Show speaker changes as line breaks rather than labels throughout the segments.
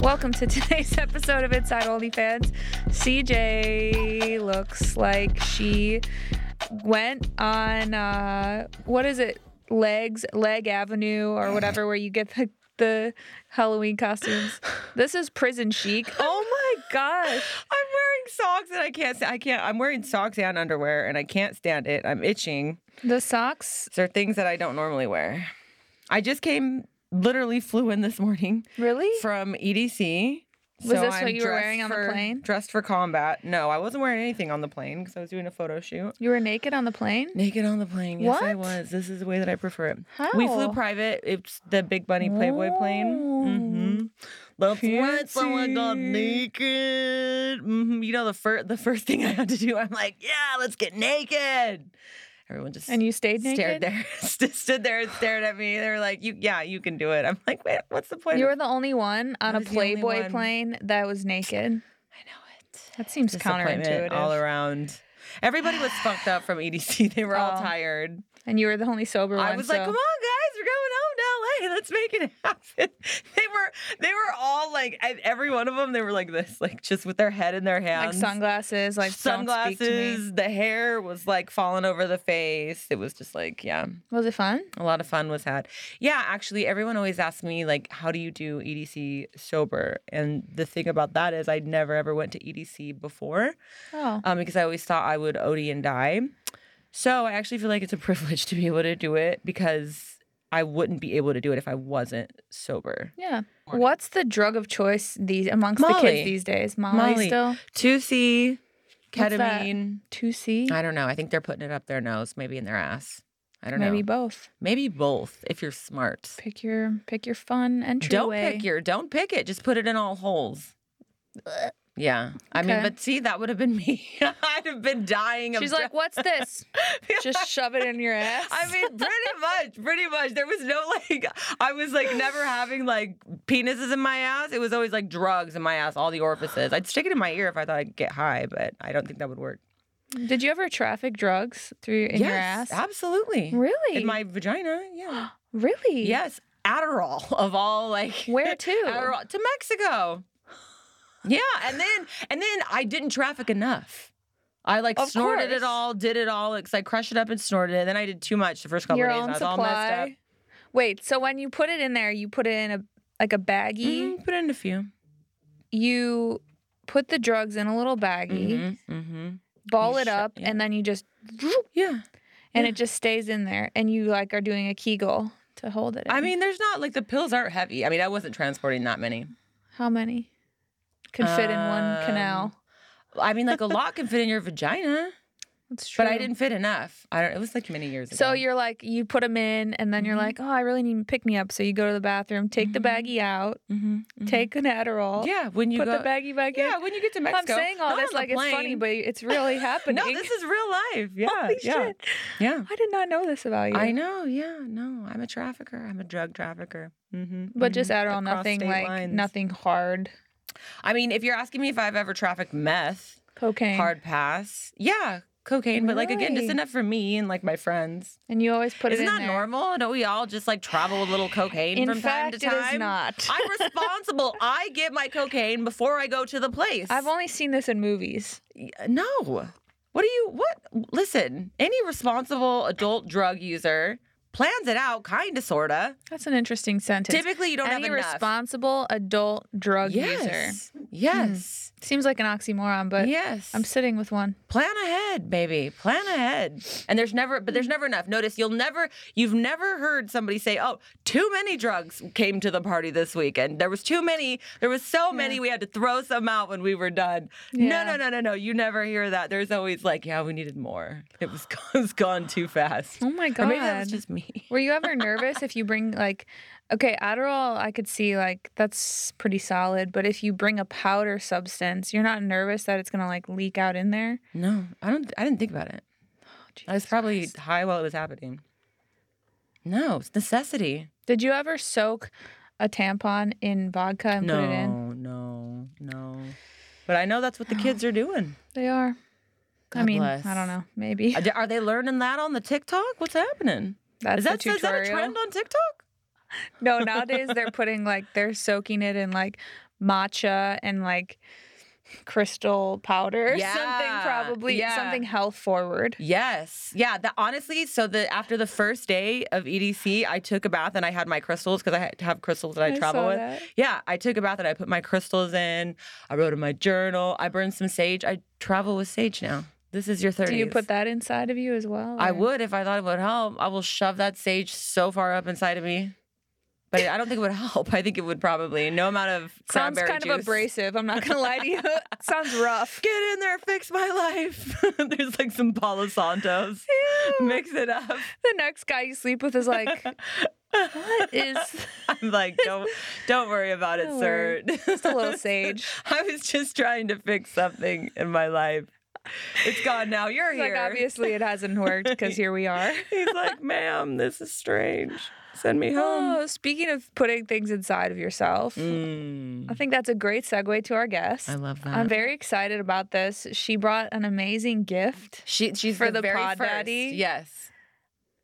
welcome to today's episode of Inside Oldie Fans. CJ looks like she went on uh, what is it, Legs Leg Avenue
Mm-hmm.
or whatever, where you get the the Halloween costumes. This is prison chic. Oh my gosh!
I'm wearing socks and I can't. sta- I can't. I'm wearing socks and underwear and I can't stand it. I'm itching.
The socks
These are things that I don't normally wear. I just came, literally flew in this morning
really?
from E EDC.
Was this what you were
dressed
wearing on the
for-
plane?
Dressed for combat. No, I wasn't wearing anything on the plane because I was doing a photo shoot.
You were naked on the plane?
Naked on the plane. Yes, I
What?
was. This is the way that I prefer it. We flew
How?
private. It's the Big Bunny Playboy plane. hmm That's when someone got
Fancy.
naked. hmm You know the first the first thing I had to do. I'm like, yeah, let's get naked. Everyone just
And you stayed naked.
stared there, st- stood there and stared at me. They were like, you, yeah, you can do it. I'm like, wait, what's the point?
You
of-
were the only one on a
I was the only
Playboy
one.
plane that was naked.
I know it.
That seems counterintuitive.
Disappointment all around. Everybody was fucked up from EDC. They were all
Oh.
tired.
and you were the only sober one.
I was like,
so-
"Come on, guys, we're going home to LA. Let's make it happen." They were they were all like I- every one of them. They were like this, like just with their head in their
Like
hands,
sunglasses, like sunglasses.
sunglasses. The hair was like falling over the face. It was just like yeah,
Was it fun?
a lot of fun was had. Yeah, actually, everyone always asks me like, "How do you do EDC sober?" And the thing about that is, I never ever went to EDC before
Oh,
um, because I always thought I would OD and die. So I actually feel like it's a privilege to be able to do it because I wouldn't be able to do it if I wasn't sober.
yeah. What's the drug of choice these amongst the
Molly.
kids these days? Molly, still
2C,
What's that?
ketamine.
two C,
I don't know. I think they're putting it up their nose, maybe in their ass. I don't
maybe
know.
both.
Maybe both if you're smart.
Pick your pick your fun entryway.
Don't pick your, don't pick it. Just put it in all holes. Yeah. I mean,
Okay.
but see, that would have been me. I'd have been dying of
She's like, what's this?
Yeah.
Just shove it in your ass.
I mean, pretty much, pretty much. There was no like, I was like never having like penises in my ass. It was always like drugs in my ass, all the orifices. I'd stick it in my ear if I thought I'd get high, but I don't think that would work.
did you ever traffic drugs through in your ass?
absolutely.
Really?
In my vagina, yeah.
really?
yes, Adderall of all like
Where to?
Adderall to Mexico. Yeah, and then and then I didn't traffic enough. I like
Of
snorted
course.
it all, did it all, because I crushed it up and snorted it. Then I did too much the first couple
your
of days.
own
I was
supply.
all messed up.
Wait, so when you put it in there, you put it in a like a baggie.
Mhm, put in a few.
You put the drugs in a little baggie, mm-hmm. ball
Mm-hmm. You
it
sho-
up,
yeah.
and then you just
Yeah.
and it just stays in there, and you like are doing a Kegel to hold it.
I
in.
mean, there's not like the pills aren't heavy. I mean, I wasn't transporting that many.
how many could fit in one
Um,
canal?
I mean, like a lot can fit in your vagina,
That's true.
but I didn't fit enough. I don't. It was like many years ago.
So you're like you put them in, and then you're
Mhm.
like, oh, I really need to pick me up. So you go to the bathroom, take the
Mhm.
baggie out,
Mhm, mhm.
take an Adderall,
Yeah, when you
put
go.
the baggie back
yeah,
in.
when you get to
I'm
Mexico.
saying all
not
this
on
like
the
it's funny,
plane.
but it's really happening.
no, this is real life. Yeah,
Holy
yeah,
shit.
yeah.
I did not know this about you.
I know. Yeah, no, I'm a trafficker. I'm a drug trafficker. Mm-hmm,
But just Adderall, nothing like nothing hard.
I mean, if you're asking me if I've ever trafficked meth,
Cocaine.
Hard pass. Yeah, cocaine, but like again, just
Really?
enough for me and like my friends.
And you always put
Isn't
it in
that
there.
normal? Don't we all just like travel with a little cocaine
In
from
fact,
time to time?
it is not.
I'm responsible. I get my cocaine before I go to the place.
I've only seen this in movies.
Y- no. What do you what? Listen, any responsible adult drug user plans it out, kinda, sorta.
That's an interesting sentence.
Typically, you don't
Any
have enough.
responsible adult drug user.
yes. Yes.
Seems like an oxymoron, but
yes.
I'm sitting with one.
plan ahead baby plan ahead and there's never but there's never enough notice you'll never you've never heard somebody say oh too many drugs came to the party this weekend there was too many there was so many we had to throw some out when we were done
Yeah.
no no no no no you never hear that there's always like yeah we needed more it was, gone- it was gone too fast
Oh my
or
god.
maybe that was just me
Were you ever nervous if you bring like okay, Adderall I could see like that's pretty solid, but if you bring a powder substance, you're not nervous that it's gonna like leak out in there?
no i don't i didn't think about it i was
Jesus
probably
Christ.
high while it was happening no it's necessity
Did you ever soak a tampon in vodka and put it in?
no, no, no. But I know that's what the kids are doing.
They are. I
God
mean,
bless.
I don't know. Maybe
Are they- Are they learning that on the TikTok? What's happening?
that's
Is that,
the
is that
tutorial.
a trend on TikTok?
no, nowadays they're putting like they're soaking it in like matcha and like crystal powder or something
Yeah,
probably
yeah.
something health forward.
Yes. Yeah. The, honestly, so the after the first day of EDC, I took a bath and I had my crystals because I had to have crystals that I,
I
travel
saw
with.
that.
Yeah, I took a bath and I put my crystals in. I wrote in my journal. I burned some sage. I travel with sage now. This is your 30s.
Do you put that inside of you as well?
I
or-
would if I thought it would help. I will shove that sage so far up inside of me. But I don't think it would help. I think it would probably no amount of
Sounds
cranberry
kind
juice.
of abrasive. I'm not gonna lie to you. Sounds rough.
Get in there, fix my life. There's like some Palo Santos. Mix it up.
The next guy you sleep with is like, what is
I'm like, don't don't worry about it,
Don't
sir.
worry. just a little sage?
I was just trying to fix something in my life. It's gone now. You're
It's
here.
Like obviously it hasn't worked because here we are.
He's like, ma'am, this is strange. Send me home.
Oh, speaking of putting things inside of yourself, I think that's a great segue to our guest.
Mm. I love that.
I'm very excited about this. She brought an amazing gift,
she, she's
For
the,
the
very
pod
first.
daddy?
Yes.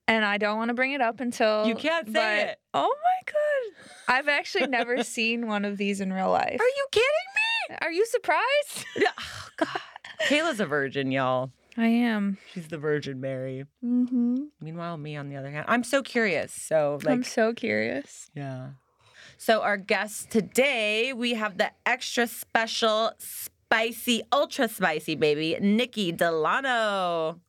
and I don't want to bring it up until
You can't say
but-
it.
Oh my god! I've actually never seen one of these in real life.
Are you kidding
Are you surprised?
me? Oh, God. Kayla's a virgin, y'all.
I am.
She's the Virgin Mary.
Mm-hmm.
Meanwhile, me on the other hand, I'm so curious. So like,
I'm so curious.
yeah. So our guest today, we have the extra special, spicy, ultra spicy baby, Nikki Delano.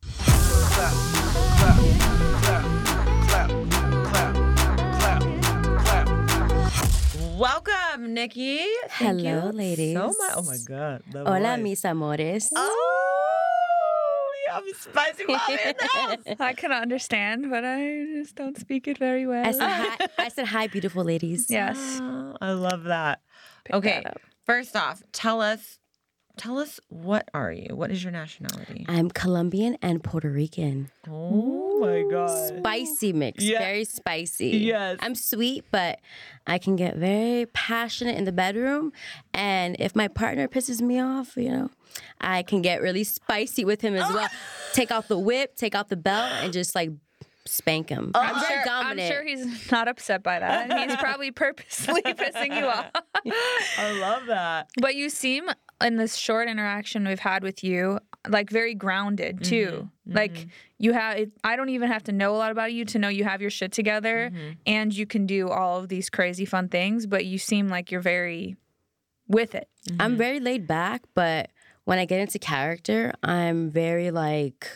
Welcome, Nikki. Thank you
Hello, ladies.
So much. Oh my God. that
Hola,
was-
mis amores.
Oh, we have a spicy mommy in the house.
I can understand, but I just don't speak it very well.
I said hi. I said hi, beautiful ladies.
yes.
Oh, I love that.
Pick
okay.
that up.
First off, tell us tell us what are you? What is your nationality?
I'm Colombian and Puerto Rican.
Oh my god.
Spicy mix,
Yeah.
very spicy.
Yes.
I'm sweet, but I can get very passionate in the bedroom. And if my partner pisses me off, you know, I can get really spicy with him as well. Take off the whip, take off the belt, and just like spank him. I'm
I'm
very
Oh, sure, I'm
dominant.
sure he's not upset by that. He's probably purposely pissing you off.
I love that.
But you seem in this short interaction we've had with you, like very grounded too. Like you have, it, I don't even have to know a lot about you to know you have your shit together and you can do all of these crazy fun things. But you seem like you're very with it.
I'm very laid back, but when I get into character, I'm very like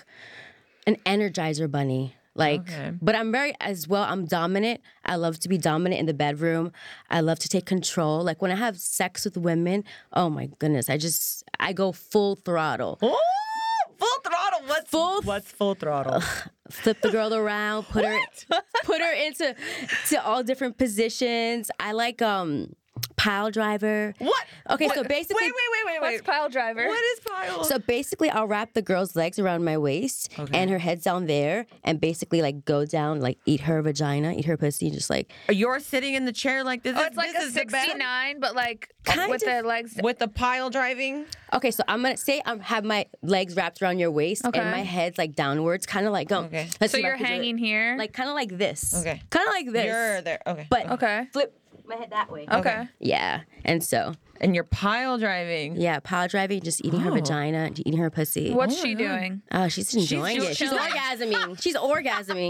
an energizer bunny. Like,
Okay.
but I'm very as well. I'm dominant. I love to be dominant in the bedroom. I love to take control. Like when I have sex with women, oh my goodness, I just I go full throttle.
Oh, full throttle. What's
Full-
What's full throttle?
Flip the girl around, put her put her into to all different positions. I like um pile driver.
what?
Okay, so
What-
basically
Wait, wait,
What's
wait, wait, wait.
pile driver?
What is pile?
So basically, I'll wrap the girl's legs around my waist
Okay.
and her head's down there, and basically like go down, like eat her vagina, eat her pussy, and just like
You're sitting in the chair like this.
Oh,
is-
it's like
this
a
is the bed?
69, but like
Kind
with
of-
the legs.
with the pile driving.
okay. So I'm gonna say I am have my legs wrapped around your waist
Okay.
and my head's like downwards, kind of like um.
Okay.
let's
So
see if I
you're
could do it.
hanging here.
like kind of like this.
Okay.
Kind of like this.
You're there. Okay.
But
okay.
flip my head that way.
Okay.
Yeah, and so
and you're pile driving.
yeah, power driving, just eating her
Oh.
vagina, and eating her pussy.
What's she doing?
Oh, she's enjoying
doing-
it. She's
she's-
orgasming. She's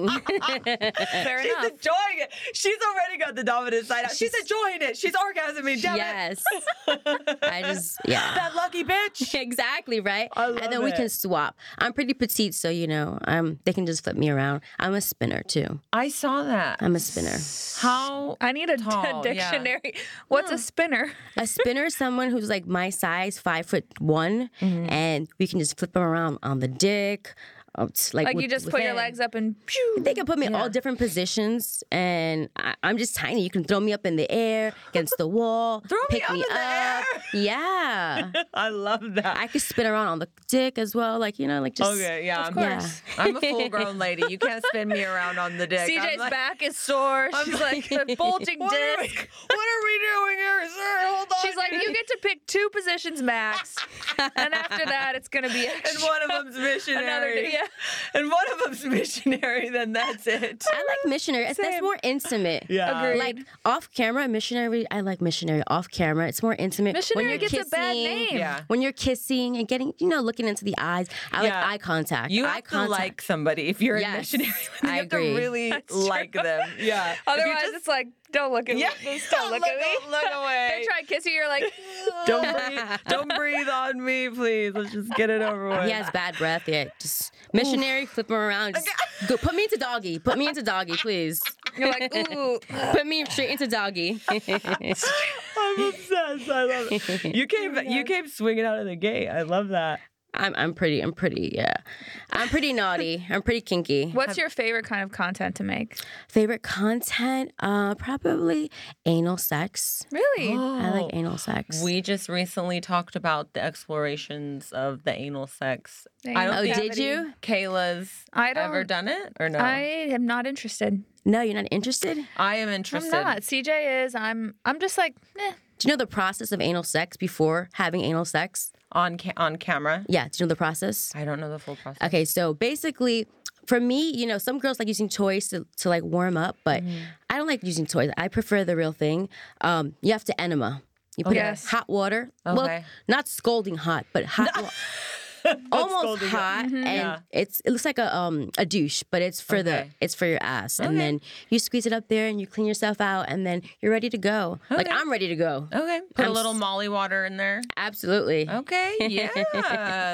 orgasming.
Fair
She's
enough.
enjoying it. She's already got the dominant side out. She's, enjoying it. She's orgasming. Damn it.
yes. I just yeah.
That lucky bitch.
Exactly right.
I love
and then we
it.
can swap. I'm pretty petite, so you know, um, they can just flip me around. I'm a spinner too.
I saw that.
I'm a spinner.
How?
I need a, d-
Tall, yeah.
dictionary. What's a spinner?
A spinner is someone who's like my size, five foot one,
Mm-hmm.
and we can just flip them around on the dick. uh, it's Like,
Like you
with-
just
with
put your
it.
legs up and pew.
They can put me in all different positions, and I, I'm just tiny. You can throw me up in the air against the wall,
Throw me
pick
up
me
in the
up. Yeah,
I love that.
I could spin around on the dick as well. Like you know, like just
okay, yeah.
course.
yeah.
I'm a full grown lady. You can't spin me around on the dick. I'm
CJ's
like,
back is sore. She's like, a bulging
What are, we,
disc.
what are we doing here? Sir, hold on.
She's like, you get to pick two positions max, and after that, it's gonna be
and
extra.
one of them's missionary.
another day. Yeah.
And one of them's missionary, then that's it.
I like missionary. It's- That's
Same.
more intimate.
Yeah.
Agreed.
Like off camera, missionary. I like missionary off camera. It's more intimate. when
Missionary
you're
gets a
kissing,
bad name.
Yeah.
When you're kissing and getting, you know, looking into the eyes. I like
Yeah.
eye contact.
You
eye
have to
contact.
like somebody if you're a
Yes,
missionary. you
I
have
agree.
to really
That's true.
like them. Yeah. If you
Otherwise,
just-
it's like, don't look at
Yeah.
me. Don't look, at me.
Look- look away.
they try to kiss you. You're like,
don't breathe, don't breathe on me, please. Let's just get it over with.
He has bad breath. Yeah, just missionary, flip him around. Just go, put me into doggy. Put me into doggy, please.
you're like, ooh.
Put me straight into doggy.
I'm obsessed. I love it. You came, you came swinging out of the gate. I love that.
I'm I'm pretty. I'm pretty. Yeah, I'm pretty naughty. I'm pretty kinky.
What's your favorite kind of content to make?
Favorite content? Uh, probably anal sex.
Really?
Oh.
I like anal sex.
We just recently talked about the explorations of the anal sex. I
Anal
don't
oh,
think
did you?
Kayla's
I
ever
don't-
done it or no.
I am not interested.
No, you're not interested.
I am interested.
I'm not. CJ is. I'm. I'm just like, eh.
Do you know the process of anal sex before having anal sex?
on ca- on camera.
Yeah, do you know the process?
I don't know the full process.
Okay, so basically, for me, you know, some girls like using toys to, to like warm up, but
Mm-hmm.
I don't like using toys. I prefer the real thing. Um, you have to enema. You put
Yes.
hot water. Well,
Okay.
not scalding hot, but hot. wa- Almost hot,
Mm-hmm.
and it's it looks like a um a douche, but it's for the
Okay.
it's for your ass, and then you squeeze it up there, and you clean yourself out, and then you're ready to go. Like
Okay.
I'm ready to go.
Okay. Put
I'm
a little
s-
molly water in there.
Absolutely.
Okay. Yeah.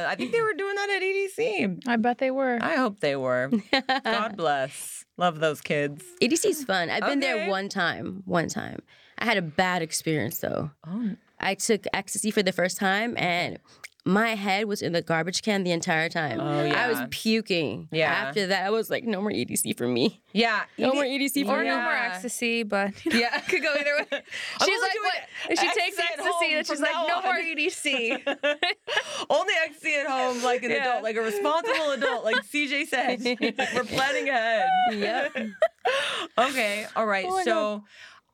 I think they were doing that at EDC.
I bet they were.
I hope they were. God bless. Love those kids.
EDC's fun. I've been
Okay.
there one time. One time. I had a bad experience though.
Oh.
I took ecstasy for the first time and my head was in the garbage can the entire time. I was
Oh, yeah.
puking.
Yeah.
After that, I was like, no more EDC for me.
Yeah.
No more EDC for
Or no
me.
more
Yeah.
ecstasy, but you know,
Yeah.
could go either way. She's
only
like,
doing
what? If she takes
ecstasy at
ecstasy,
home
then she's
from
like, no
now
more E
on.
EDC.
Only ecstasy at home, like an
Yeah.
adult, like a responsible adult, like CJ said. We're planning ahead.
Yep.
Okay. All
Oh
right. so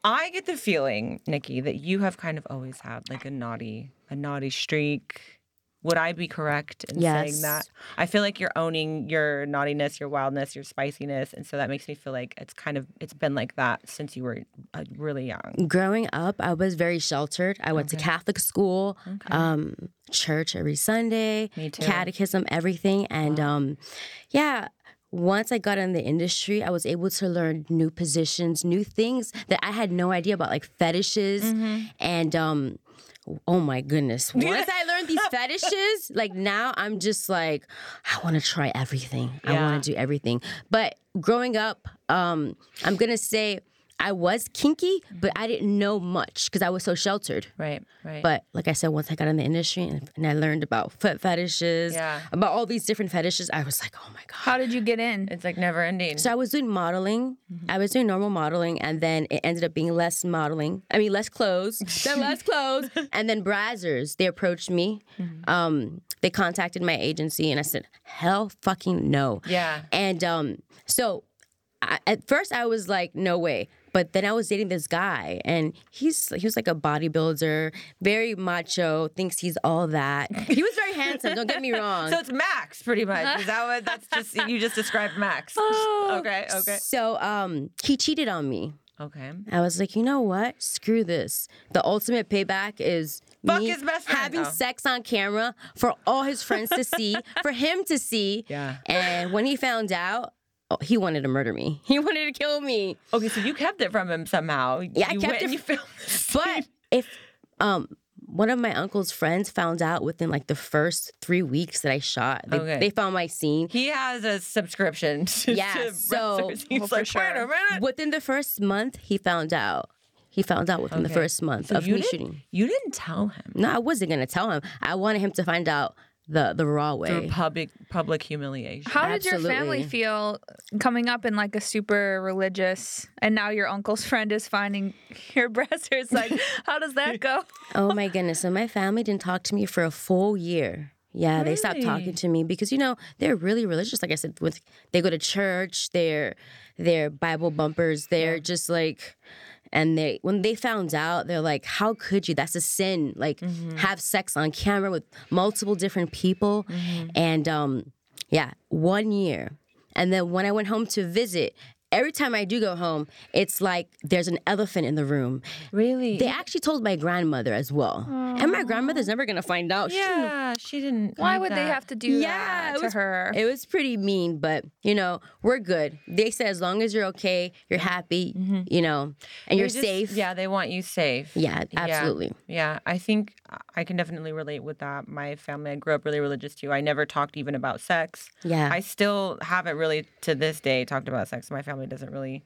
I get the feeling, Nikki, that you have kind of always had like a naughty, a naughty streak. Would I be correct in saying
Yes.
that? I feel like you're owning your naughtiness, your wildness, your spiciness, and so that makes me feel like it's kind of it's been like that since you were uh, really young.
Growing up, I was very sheltered. I went to Catholic school, um, church every Sunday,
Me too.
catechism, everything. And um, yeah, once I got in the industry, I was able to learn new positions, new things that I had no idea about, like fetishes. And um, oh my goodness, once I learned these fetishes, like now I'm just like, I want to try everything. I want to do everything. But growing up, um, I'm going to say, I was kinky, but I didn't know much because I was so sheltered.
Right. Right.
But like I said, once I got in the industry and, and I learned about foot fetishes,
Yeah.
about all these different fetishes, I was like, oh my God.
How did you get in?
it's like never ending.
So I was doing modeling.
Mm-hmm.
I was doing normal modeling, and then it ended up being less modeling. I mean, less clothes, then less clothes, and then Brazzers. They approached me.
Mm-hmm.
Um, they contacted my agency, and I said, "Hell, fucking no."
Yeah.
And um, so I, at first I was like, no way. But then I was dating this guy, and he's he was like a bodybuilder, very macho, thinks he's all that. He was very handsome. don't get me wrong.
So it's Max, pretty much. Is that what? That's just you just described Max.
Oh.
okay. Okay.
So um, he cheated on me.
Okay.
I was like, you know what? Screw this. The ultimate payback is
Fuck
me
his best friend.
having
Oh.
sex on camera for all his friends to see, for him to see.
Yeah.
And when he found out, oh, he wanted to murder me. He wanted to kill me.
Okay. So you kept it from him somehow.
Yeah, I
you
kept
went
it
And you filmed.
But if um one of my uncle's friends found out within like the first three weeks that I shot, they,
Okay.
they found my scene.
He has a subscription. To,
Yeah,
to
so-
Brazzers. he's
Well, Oh, for
like, wait a
sure.
minute.
Within the first month, he found out. He found out within the
Okay.
first month
So
of
you
me
didn't-
shooting.
You didn't tell him.
No, I wasn't gonna tell him. I wanted him to find out the the raw way.
Through public public humiliation.
How did your family
Absolutely.
feel coming up in like a super religious, and now your uncle's friend is finding your breasters? Like, how does that go?
Oh my goodness. So my family didn't talk to me for a full year. Yeah, they stopped talking to me because you know they're really religious. Like I said, with they go to church, they're they're Bible bumpers. They're just like And they when they found out, they're like, "How could you? That's a sin. Like have sex on camera with multiple different people." And um, yeah, one year. And then when I went home to visit. Every time I do go home, it's like there's an elephant in the room.
Really?
They actually told my grandmother as well. And my grandmother's never gonna find out. She didn't
yeah, she didn't.
Why
like
would they
that.
have to do that
it
to
was,
her?
It was pretty mean, but you know, we're good. They said as long as you're okay, you're happy, you know, and
They
you're
just-
safe.
Yeah, they want you safe.
Yeah, absolutely.
Yeah, I think I can definitely relate with that. My family, I grew up really religious too. I never talked even about sex.
Yeah.
I still haven't really to this day talked about sex. My family doesn't really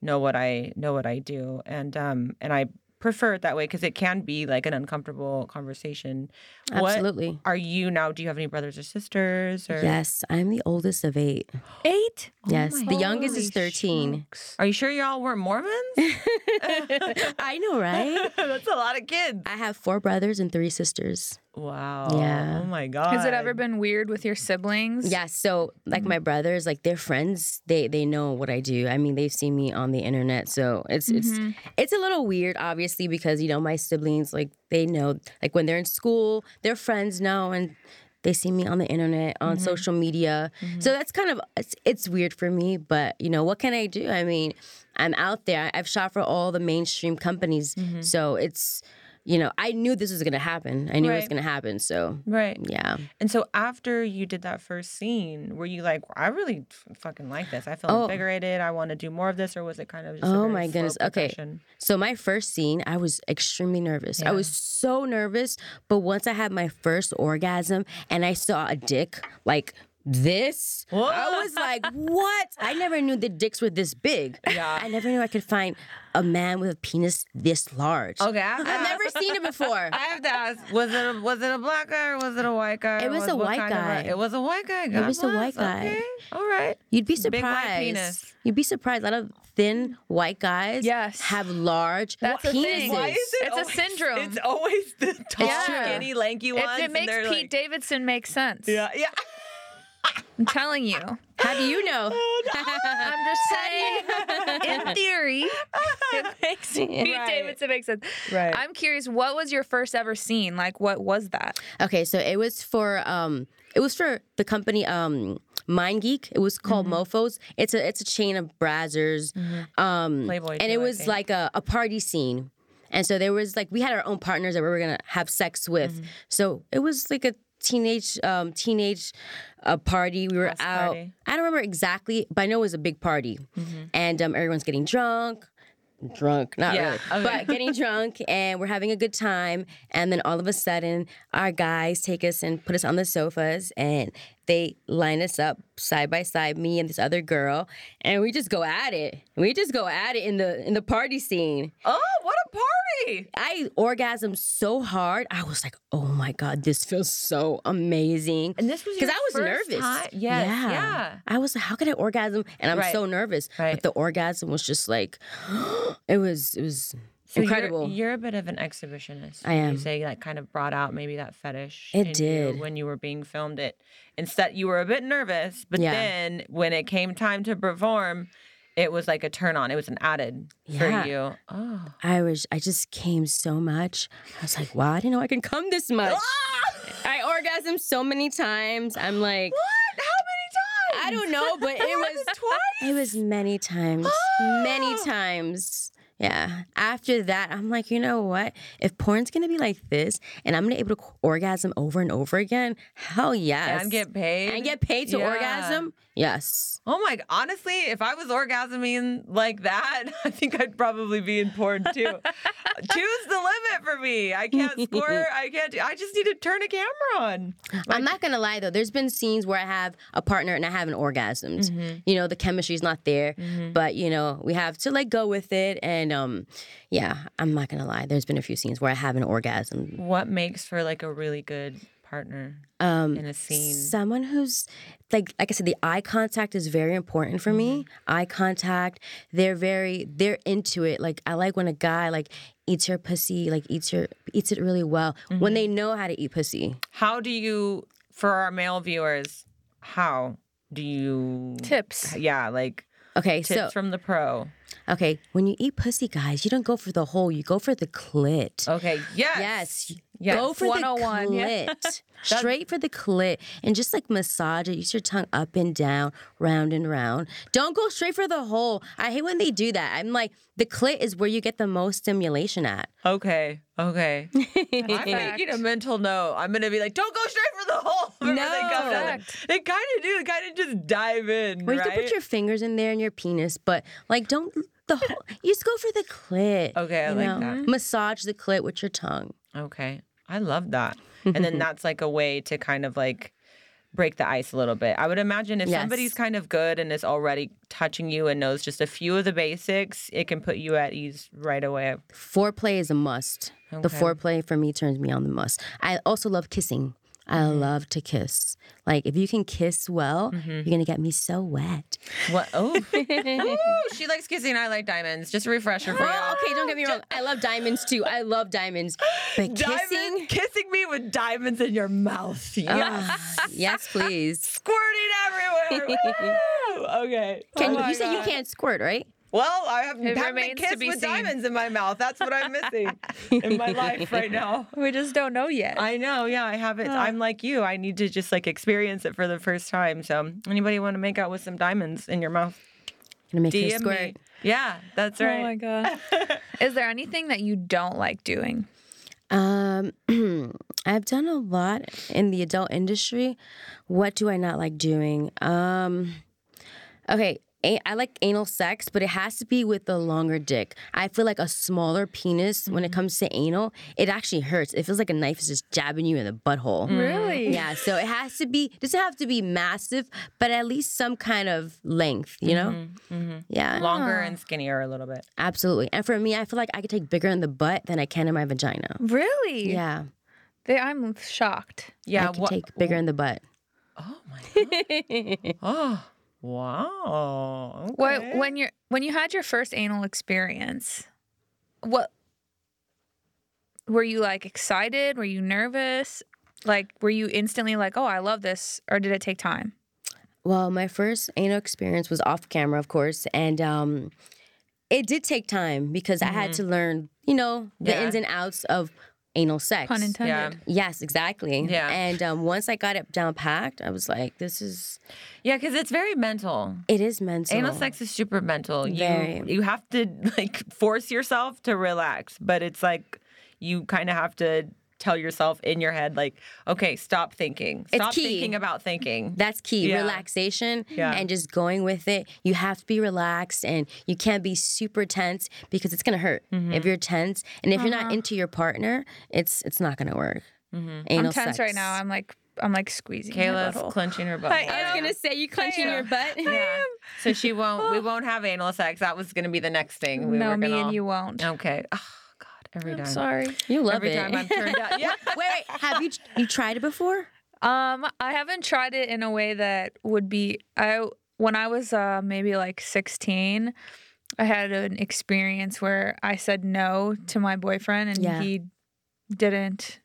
know what I know what I do, and um and I prefer it that way because it can be like an uncomfortable conversation.
Absolutely.
What are you now? Do you have any brothers or sisters? Or
Yes, I'm the oldest of eight.
Eight?
yes,
Oh my
the youngest is 13.
Are you sure y'all weren't Mormons?
I know, right?
That's a lot of kids.
I have four brothers and three sisters.
Wow.
Yeah.
Oh my god.
Has it ever been weird with your siblings?
Yeah, so like my brothers, like their friends, they they know what I do. I mean, they've seen me on the internet, so it's it's it's a little weird, obviously, because you know my siblings, like they know, like when they're in school, their friends know, and they see me on the internet, on social media. So that's kind of it's, it's weird for me, but you know what can I do? I mean, I'm out there. I've shot for all the mainstream companies, so it's you know I knew this was gonna happen. I knew it was
Right.
gonna happen. So
Right.
yeah.
And so after you did that first scene, were you like, I really f- fucking like this. I feel
Oh.
invigorated. I want to do more of this, or was it kind of just a
Oh
very
my
slow
goodness. Okay.
progression?
So my first scene, I was extremely nervous. I was so nervous, but once I had my first orgasm and I saw a dick like this, I was like, "What? I never knew the dicks were this big.
Yeah.
I never knew I could find a man with a penis this large.
Okay, I-
I've never seen it before.
Oh, I have to ask: Was it a, was it a black guy or was it a white guy?
It
Or
was a
what
white
kind of
guy.
it was a white guy. God
was a white
bless.
guy.
Okay. All right.
You'd be
Big white
surprised.
penis.
You'd be surprised. A lot of thin white guys
Yes.
have large
That's the
penises.
thing. Why is it It's a always- syndrome. it's
It's always the tall,
Yeah.
skinny, lanky
It,
ones.
it
and
makes
they're
Pete
like-
Davidson make sense.
Yeah, yeah.
I'm telling you.
How do you know?
I'm just saying, in theory, it makes Pete
Right.
Davidson makes sense.
Right.
I'm curious, what was your first ever scene? Like, what was that?
Okay, so it was for um it was for the company um Mind Geek. It was called
Mm-hmm.
Mofos. It's a it's a chain of brazzers. Um
Playboy
and
too, I
it was
think.
like a, a party scene. And so there was like we had our own partners that we were gonna have sex with.
Mm-hmm.
So it was like a teenage um teenage uh, party. We were out.
party. Mm-hmm.
I don't remember exactly, but I know it was a big party. And um everyone's getting drunk drunk, not
Yeah,
really,
okay.
but getting drunk, and we're having a good time. And then all of a sudden, our guys take us and put us on the sofas, and they line us up side by side, me and this other girl, and we just go at it. We just go at it in the in the party scene.
Oh, what a party!
I orgasmed so hard, I was like, "Oh my god, this feels so amazing."
And this was
because
your
I was
first
nervous.
time- Yes, yeah.
I was like, how could I orgasm? And I'm
Right.
so nervous.
Right.
But the orgasm was just like, it was it was
So you're-
incredible.
You're, a bit of an exhibitionist.
I
You
am.
say that kind of brought out maybe that fetish.
It
in you
did.
when you were being filmed. It instead you were a bit nervous, but
Yeah.
then when it came time to perform, it was like a turn on. It was an added
Yeah.
for you. Oh,
I was I just came so much. I was like, wow, I didn't know I could come this much. I orgasmed so many times. I'm like,
how many times?
I don't know, but it was
twice.
it was many times. Many times. Yeah. After that, I'm like, you know what? If porn's gonna be like this and I'm gonna be able to orgasm over and over again, hell yes.
And get paid.
and get paid to
Yeah.
orgasm? Yes.
Oh my! Honestly, if I was orgasming like that, I think I'd probably be in porn too. Two's the limit for me. I can't score. I can't. do- I just need to turn a camera on.
I'm not gonna lie though, there's been scenes where I have a partner and I haven't orgasmed.
Mm-hmm.
You know, the chemistry's not there, but you know, we have to like go with it. And um, yeah, I'm not gonna lie, there's been a few scenes where I haven't orgasmed. Um,
What makes for like a really good partner in a scene?
Someone who's like, like I said, the eye contact is very important for me. Eye contact, they're very, they're into it. Like I like when a guy like eats your pussy, like eats your eats it really well when they know how to eat pussy.
How do you, for our male viewers, how do you
Tips.
Yeah, like
Okay,
tips
so
from the pro.
Okay, when you eat pussy, guys, you don't go for the hole. You go for the clit.
Okay. Yes.
Yes.
Yes.
Go for
101,
the
yeah.
clit. Straight for the clit. And just like massage it. Use your tongue up and down, round and round. Don't go straight for the hole. I hate when they do that. I'm like, the clit is where you get the most stimulation at.
Okay. Okay. I'm making a mental note. I'm gonna be like, don't go straight for the hole. Remember they
No.
come down. They kind of do. They kind of just dive in.
Well, you
right?
can put your fingers in there and your penis, but like, don't the whole. You just go for the clit.
Okay, I
you
like that.
Massage the clit with your tongue.
Okay. I love that. And then that's like a way to kind of like break the ice a little bit. I would imagine if
Yes.
somebody's kind of good and is already touching you and knows just a few of the basics, it can put you at ease right away.
Foreplay is a must. The
Okay.
foreplay for me turns me on the most. I also love kissing. I love to kiss. Like if you can kiss well, you're gonna get me so wet.
What? Oh. Ooh, she likes kissing. I like diamonds. Just a refresher for you.
Well, okay, don't get me wrong. I love diamonds too. I love diamonds. But kissing,
Diamond, kissing me with diamonds in your mouth. Yes.
yes, please.
Squirting everywhere. Woo! Okay. Oh
Can
my
you said you
God.
can't squirt, right?
Well, I have
It
haven't been
remains to
kissed
be
with
seen.
diamonds in my mouth. That's what I'm missing in my life right now.
We just don't know yet.
I know, yeah, I haven't.
Oh.
I'm like you. I need to just like experience it for the first time. So, anybody want to make out with some diamonds in your mouth?
Gonna make you
DM
squirt.
me. Yeah, that's right.
Oh my god. Is there anything that you don't like doing?
Um, I've done a lot in the adult industry. What do I not like doing? Um, okay. a- I like anal sex, but it has to be with a longer dick. I feel like a smaller penis when it comes to anal, it actually hurts. It feels like a knife is just jabbing you in the butthole.
Mm. Really?
Yeah, so it has to be doesn't have to be massive, but at least some kind of length, you know? Yeah,
Longer and skinnier a little bit.
absolutely. And for me, I feel like I could take bigger in the butt than I can in my vagina.
Really?
Yeah,
They, I'm shocked.
Yeah,
I could take bigger in the butt.
Oh my god. oh. Wow.
What when you're when you had your first anal experience, what were you like excited? Were you nervous? Like were you instantly like, "Oh, I love this," or did it take time?
Well, my first anal experience was off camera, of course, and um, it did take time because I had to learn, you know, the
Mm-hmm. Yeah.
ins and outs of anal sex.
Pun
Yeah.
intended.
Yes, exactly.
Yeah.
And um, once I got it down packed, I was like, "This is
Yeah, cuz it's very mental.
it is mental."
Anal sex is super mental. You
Very.
you have to like force yourself to relax, but it's like you kind of have to tell yourself in your head like, okay, stop thinking. Stop
key.
thinking about thinking.
That's key.
Yeah.
Relaxation
Yeah.
and just going with it. You have to be relaxed and you can't be super tense because it's gonna hurt if you're tense. And if you're not into your partner, it's it's not gonna work. Anal
I'm tense
sex.
right now. I'm like I'm like squeezing. my
Kayla's
butthole.
clenching her butt.
I am.
say you clenching
am.
butt.
Yeah. So she won't. We won't have anal sex. That was going to be the next thing. We
no,
were
me
gonna
and
all-
you won't.
Okay. Oh God. Every
I'm
time.
sorry.
You love
Every
it.
time I'm turned out. Yeah.
wait, wait. Have you you tried it before?
Um, I haven't tried it in a way that would be I when I was uh, maybe like 16, I had an experience where I said no to my boyfriend and
Yeah.
he didn't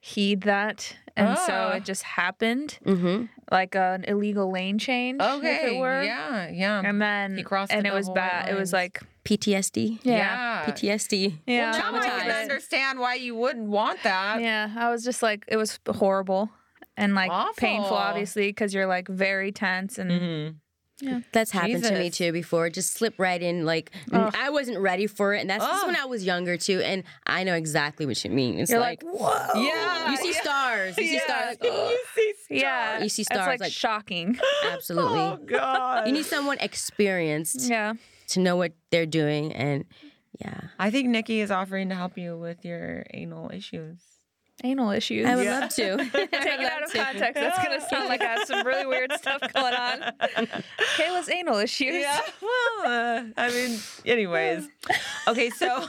heed that. And so
Oh.
it just happened
Mm-hmm.
like an illegal lane change, if it were.
Yeah. Yeah.
And then
He crossed
and
the
it was
double
bad. It was
lines.
like
PTSD.
yeah.
PTSD.
Yeah.
Now I can
Traumatized.
understand why you wouldn't want that.
Yeah, I was just like, it was horrible and like painful,
Awful.
obviously, because you're like very tense and
Mhm.
That's happened to me
Jesus.
too before. Just slip right in. Like I wasn't ready for it, and that's this is when I was younger too. And I know exactly what you mean. It's
you're
like,
like, whoa.
Yeah.
Oh, you see
yeah.
stars. You see stars. like, ugh.
you see stars.
Yeah,
You see
It's
stars,
like,
like-
shocking.
Absolutely.
Oh God.
You need someone experienced
yeah,
to know what they're doing, and yeah,
I think Nikki is offering to help you with your anal issues.
anal issues.
I would love to.
Take it out of context. That's gonna sound like I have some really weird stuff going on. Kayla's anal issues.
Yeah. Well, uh, I mean, anyways. Okay, so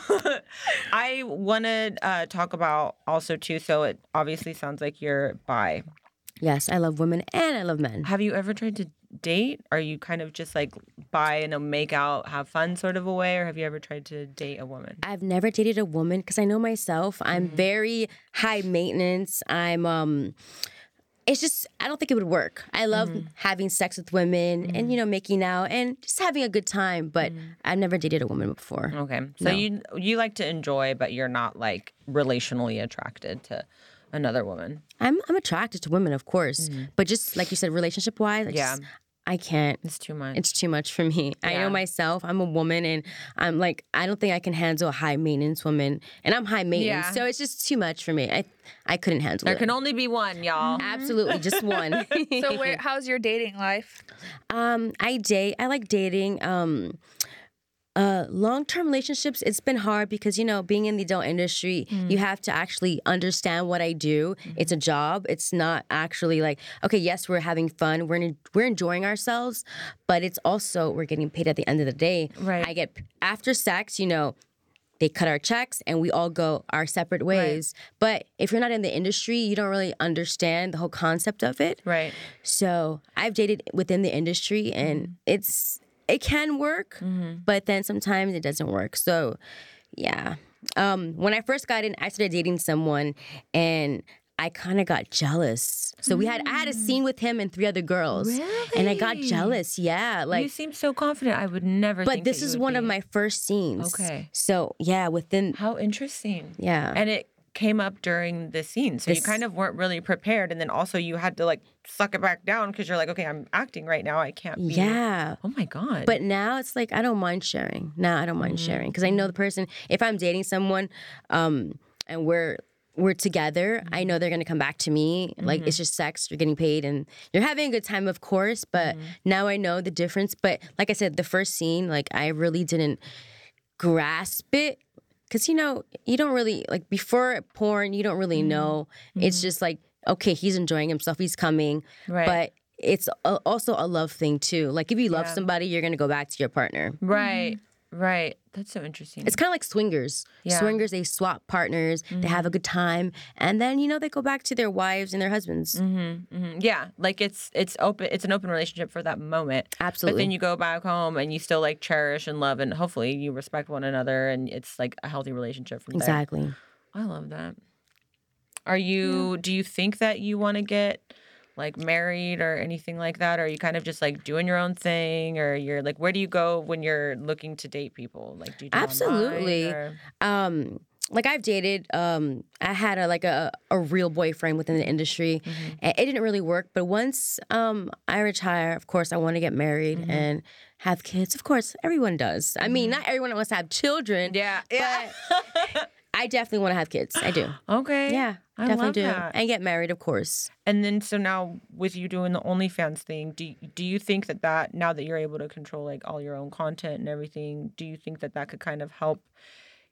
I want to uh, talk about also too. So it obviously sounds like you're bi.
yes, I love women and I love men.
Have you ever tried to date? Are you kind of just like bi and a make out, have fun sort of a way, or have you ever tried to date a woman?
I've never dated a
Mm.
woman because I know myself. I'm very high maintenance. I'm um it's just I don't think it would work. I love
Mm-hmm.
having sex with women and
Mm.
you know making out and just having a good time, but I've never dated a woman before.
Okay. So you you like to enjoy, but you're not like relationally attracted to another woman.
I'm I'm attracted to women, of course, but just like you said, relationship wise, I
Mm. Yeah.
just I can't.
It's too much.
It's too much for me. I
Yeah.
know myself. I'm a woman, and I'm like I don't think I can handle a high maintenance woman, and I'm high maintenance,
Yeah.
so it's just too much for me. I I couldn't handle
there
it.
can only be one, y'all.
Absolutely, just one.
So where, how's your dating life?
Um, I date. I like dating. Um, uh, long-term relationships. It's been hard because you know, being in the adult industry, you have to actually understand what I do. It's a job. It's not actually like okay, yes, we're having fun. We're en- we're enjoying ourselves, but it's also we're getting paid at the end of the day.
Right.
I get after sex. You know, they cut our checks and we all go our separate ways. But if you're not in the industry, you don't really understand the whole concept of it.
Right.
So I've dated within the industry, and
Mm-hmm.
it's it can work, but then sometimes it doesn't work. So, yeah. Um, when I first got in, I started dating someone, and I kind of got jealous. So we had I had a scene with him and three other girls, and I got
Mm. Really?
jealous. Yeah, like
you seem so confident. I would never.
but
think
this
that you
is
would
one of
be.
my first scenes.
Okay.
So yeah, within
How interesting.
yeah.
And it came up during the scene, so you
This-
kind of weren't really prepared, and then also you had to like suck it back down because you're like, okay, I'm acting right now. I can't. Be.
yeah.
Oh my god.
But now it's like I don't mind sharing. Now I don't mind sharing because I know the person. If I'm dating someone, um, and we're we're together, I know they're gonna come back to me. Like it's just sex. You're getting paid, and you're having a good time, of course. But now I know the difference. But like I said, the first scene, like I really didn't grasp it. Cause you know you don't really like before porn you don't
Mm-hmm.
really know it's just like okay he's enjoying himself he's coming
Right.
but it's a, also a love thing too. Like if you love
Yeah.
somebody, you're gonna go back to your partner.
right. Right. That's so interesting.
It's kind of like swingers.
Yeah. Mm-hmm.
Swingers, they swap partners, they have a good time, and then you know they go back to their wives and their husbands.
Mhm. Yeah, like it's it's open. It's an open relationship for that moment. But
Absolutely.
then you go back home and you still like cherish and love and hopefully you respect one another and it's like a healthy relationship from
Exactly.
there. I love that. Are you? Do you think that you want to get like married or anything like that? Or are you kind of just like doing your own thing? Or you're like, where do you go when you're looking to date people? Like, do you do online
Absolutely.
or-
um like I've dated, um, I had a like a, a real boyfriend within the industry.
Mm-hmm.
and It didn't really work, but once um, I retire, of course, I want to get married
Mm-hmm.
and have kids. Of course, everyone does. I mean, not everyone wants to have children.
Yeah. Yeah.
I definitely want to have kids. I do.
okay.
Yeah,
I
definitely
love
do.
that.
And get married, of course.
And then, so now with you doing the OnlyFans thing, do y- do you think that that now that you're able to control like all your own content and everything, do you think that that could kind of help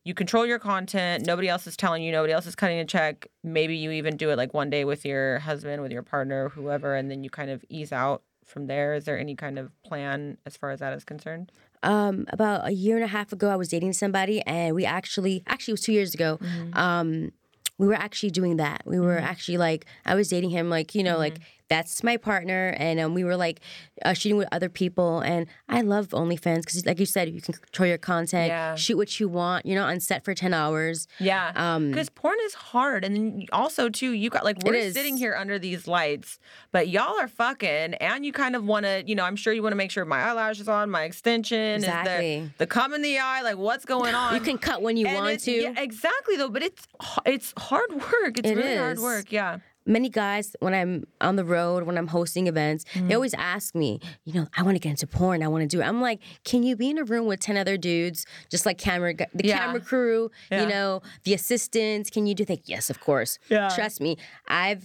you control your content? Nobody else is telling you, nobody else is cutting a check. Maybe you even do it like one day with your husband, with your partner, whoever, and then you kind of ease out from there. Is there any kind of plan as far as that is concerned?
Um, about a year and a half ago, I was dating somebody, and we actually, actually, it was two years ago.
Mm-hmm.
Um, we were actually doing that. We were actually like, I was dating him, like you know, like
Mm-hmm.
that's my partner, and um, we were like uh, shooting with other people. And I love OnlyFans because, like you said, you can control your content,
Yeah.
shoot what you want. You're not on set for ten hours.
Yeah.
Um,
Because porn is hard. And then you- also, too, you got like, we're
is.
sitting here under these lights, but y'all are fucking. And you kind of want to, you know, I'm sure you want to make sure my eyelash is on, my extension, is
Exactly.
the, the cum in the eye, like what's going on.
You can cut when you
Um, And
want
it's-
to.
yeah, exactly, though. But it's h- it's hard work. It's
It
really hard
is.
work. Yeah.
many guys when I'm on the road, when I'm hosting events,
Mm.
they always ask me, you know, I want to get into porn, I want to do it. I'm like, can you be in a room with ten other dudes, just like camera, gu- the
Yeah.
camera crew,
Yeah.
you know, the assistants? Can you do that? Yes, of course.
Yeah.
Trust me, I've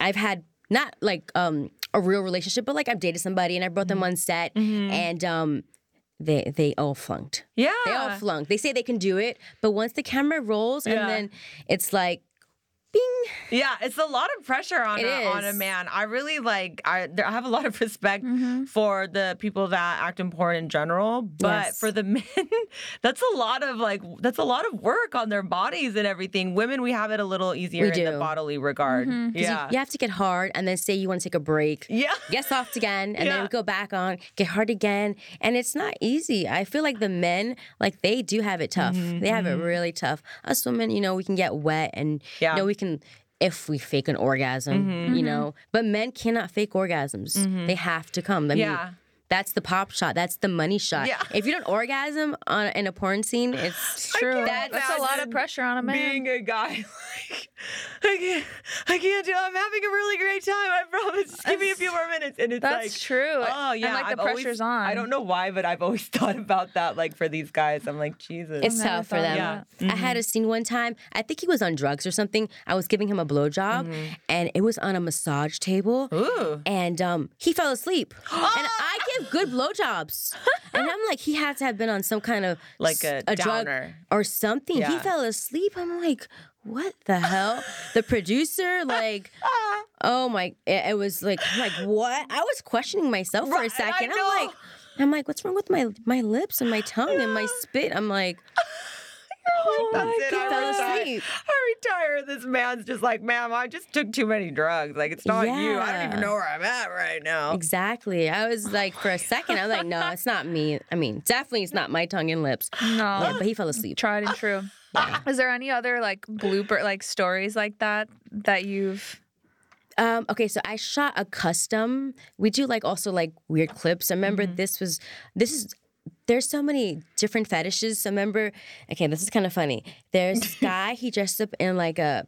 I've had not like um a real relationship, but like I've dated somebody and I brought
Mm-hmm.
them on set and um they they all flunked.
Yeah.
They all flunk. They say they can do it, but once the camera rolls
Yeah.
and then it's like, bing.
Yeah, it's a lot of pressure on
It
a, on a
is.
man. I really like. I, there, I have a lot of respect
Mm-hmm.
for the people that act in porn in general, but
Yes.
for the men, that's a lot of like that's a lot of work on their bodies and everything. Women, we have it a little easier in the
do. Mm-hmm.
bodily regard.
'Cause you-
Yeah,
You, have to get hard and then say you want to take a break.
yeah,
Get soft again and
Yeah.
then go back on, get hard again. And it's not easy. I feel like the men, like they
Mm-hmm,
do have it tough. They have it really tough. Us women, you know, we can get wet and
Yeah. Mm-hmm,
you know, we can if we fake an orgasm, you know. But men cannot fake orgasms. They have to come. I mean,
Yeah.
that's the pop shot. That's the money shot.
Yeah.
If you don't orgasm on, in a porn scene, it's true.
can't
That's a lot of
imagine
pressure on a man.
being a guy. Like, I can't, I can't do. I'm having a really great time. I promise. Just give me a few more minutes, and it's
That's
like,
true.
Oh yeah,
and like
I've
the
always-
pressure's on.
I don't know why, but I've always thought about that. Like for these guys, I'm like Jesus.
It's
never
tough for
thought of
them.
that.
I had a scene one time. I think he was on drugs or something. I was giving him a blowjob, and it was on a massage table.
Ooh.
And um, he fell asleep. And I give good blowjobs. and I'm like, he had to have been on some kind of
Like
s-
a
drug
downer.
or something. He
Yeah.
fell asleep. I'm like, what the hell? the producer, like, oh my! It, it was like, I'm like what? I was questioning myself for
Right, I
a second.
know.
I'm like, I'm like, what's wrong with my my lips and my tongue and my spit? I'm like. oh
That's it.
he
I
fell
retire.
asleep.
I retire. This man's just like, ma'am, I just took too many drugs. Like it's not you. I don't even
Yeah.
know where I'm at right now.
Exactly. I was like, for a second, I was like, no, it's not me. I mean, definitely it's not my tongue and lips.
No.
Yeah, but he fell asleep.
Tried and true. Is there any other like blooper like stories like that that you've
Um, okay, so I shot a custom. We do like also like weird clips. I remember
Mm-hmm.
this was this is there's so many different fetishes. So I remember, okay, this is kind of funny. There's this guy he dressed up in like a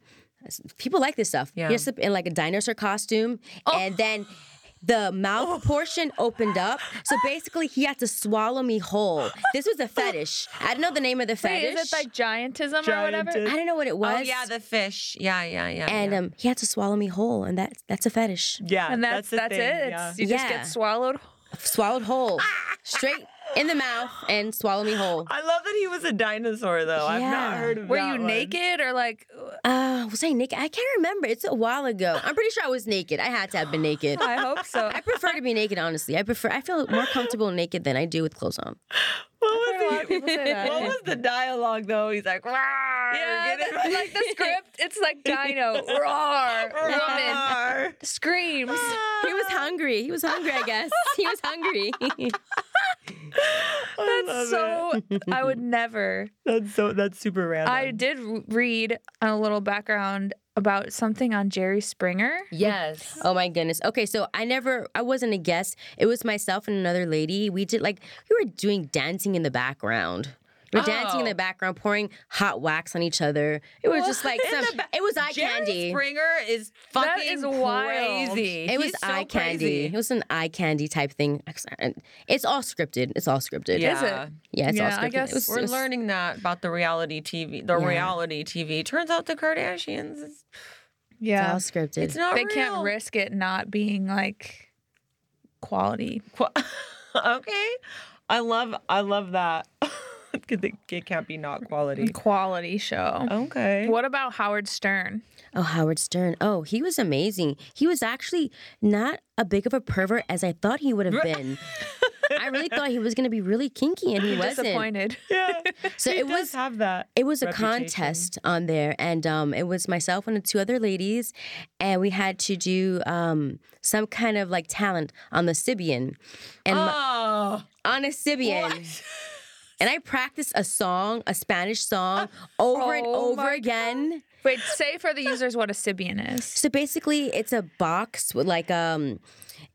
people like this stuff.
Yeah. Oh.
He dressed up in like a dinosaur costume, and then. The mouth portion opened up, so basically he had to swallow me whole. This was a fetish. I don't know the name of the
Wait,
fetish.
is it like giantism or whatever?
Giantism.
I don't know what it was.
Oh yeah, the fish. Yeah, yeah, yeah.
and
yeah.
um, he had to swallow me whole, and that that's a fetish.
yeah,
And that's
the
that's,
thing,
it.
yeah.
It's, you just
Yeah.
get swallowed.
swallowed whole, straight in the mouth, and swallow me whole.
I love that he was a dinosaur though. I've not
Yeah.
heard of
Were
that
you
one.
naked or like
Uh, was I naked? I can't remember. It's a while ago. I'm pretty sure I was naked. I had to have been naked.
I hope so.
I prefer to be naked, honestly. I prefer. I feel more comfortable naked than I do with clothes on.
What
A lot
was
of
the
people say that.
What was the dialogue though? He's like,
yeah,
yeah,
that's like the script, it's like dino, roar, woman, screams.
He was hungry. He was hungry. I guess he was hungry.
That's so. I would never.
That's so. That's super random.
I did r- read a little background about something on Jerry Springer.
yes.
oh my goodness. Okay, so I never. I wasn't a guest. It was myself and another lady. We did like we were doing dancing in the background. We were dancing in
Oh.
the background, pouring hot wax on each other. It was just like some. it was eye
Jerry
candy.
Springer is fucking
is wild.
crazy.
It was
He's so
eye candy.
crazy.
It was an eye candy type thing. It's all scripted. It's all scripted.
Yeah.
Is it?
Yeah, it's all
Yeah,
scripted.
I guess
it was,
We're
it was-
learning that about the reality TV. The
Yeah.
reality TV. Turns out the Kardashians. It's,
It's
Yeah,
all scripted.
it's not.
they
real.
can't risk it not being like quality.
Qu- okay. I love. I love that. 'Cause it, it can't be not quality.
Quality show.
Okay.
What about Howard Stern?
oh, Howard Stern. Oh, he was amazing. He was actually not a big of a pervert as I thought he would have been. I really thought he was going to be really kinky, and he wasn't.
Disappointed.
Yeah.
So
he
it
does
was
have that.
It was a
reputation.
contest on there, and um, it was myself and the two other ladies, and we had to do um, some kind of like talent on the Sibian, and my-
Oh.
on a Sibian. And I practiced a song, a Spanish song, over and
Oh
over
my
again.
Wait, say for the users what a Sibian is.
So basically, it's a box with like um,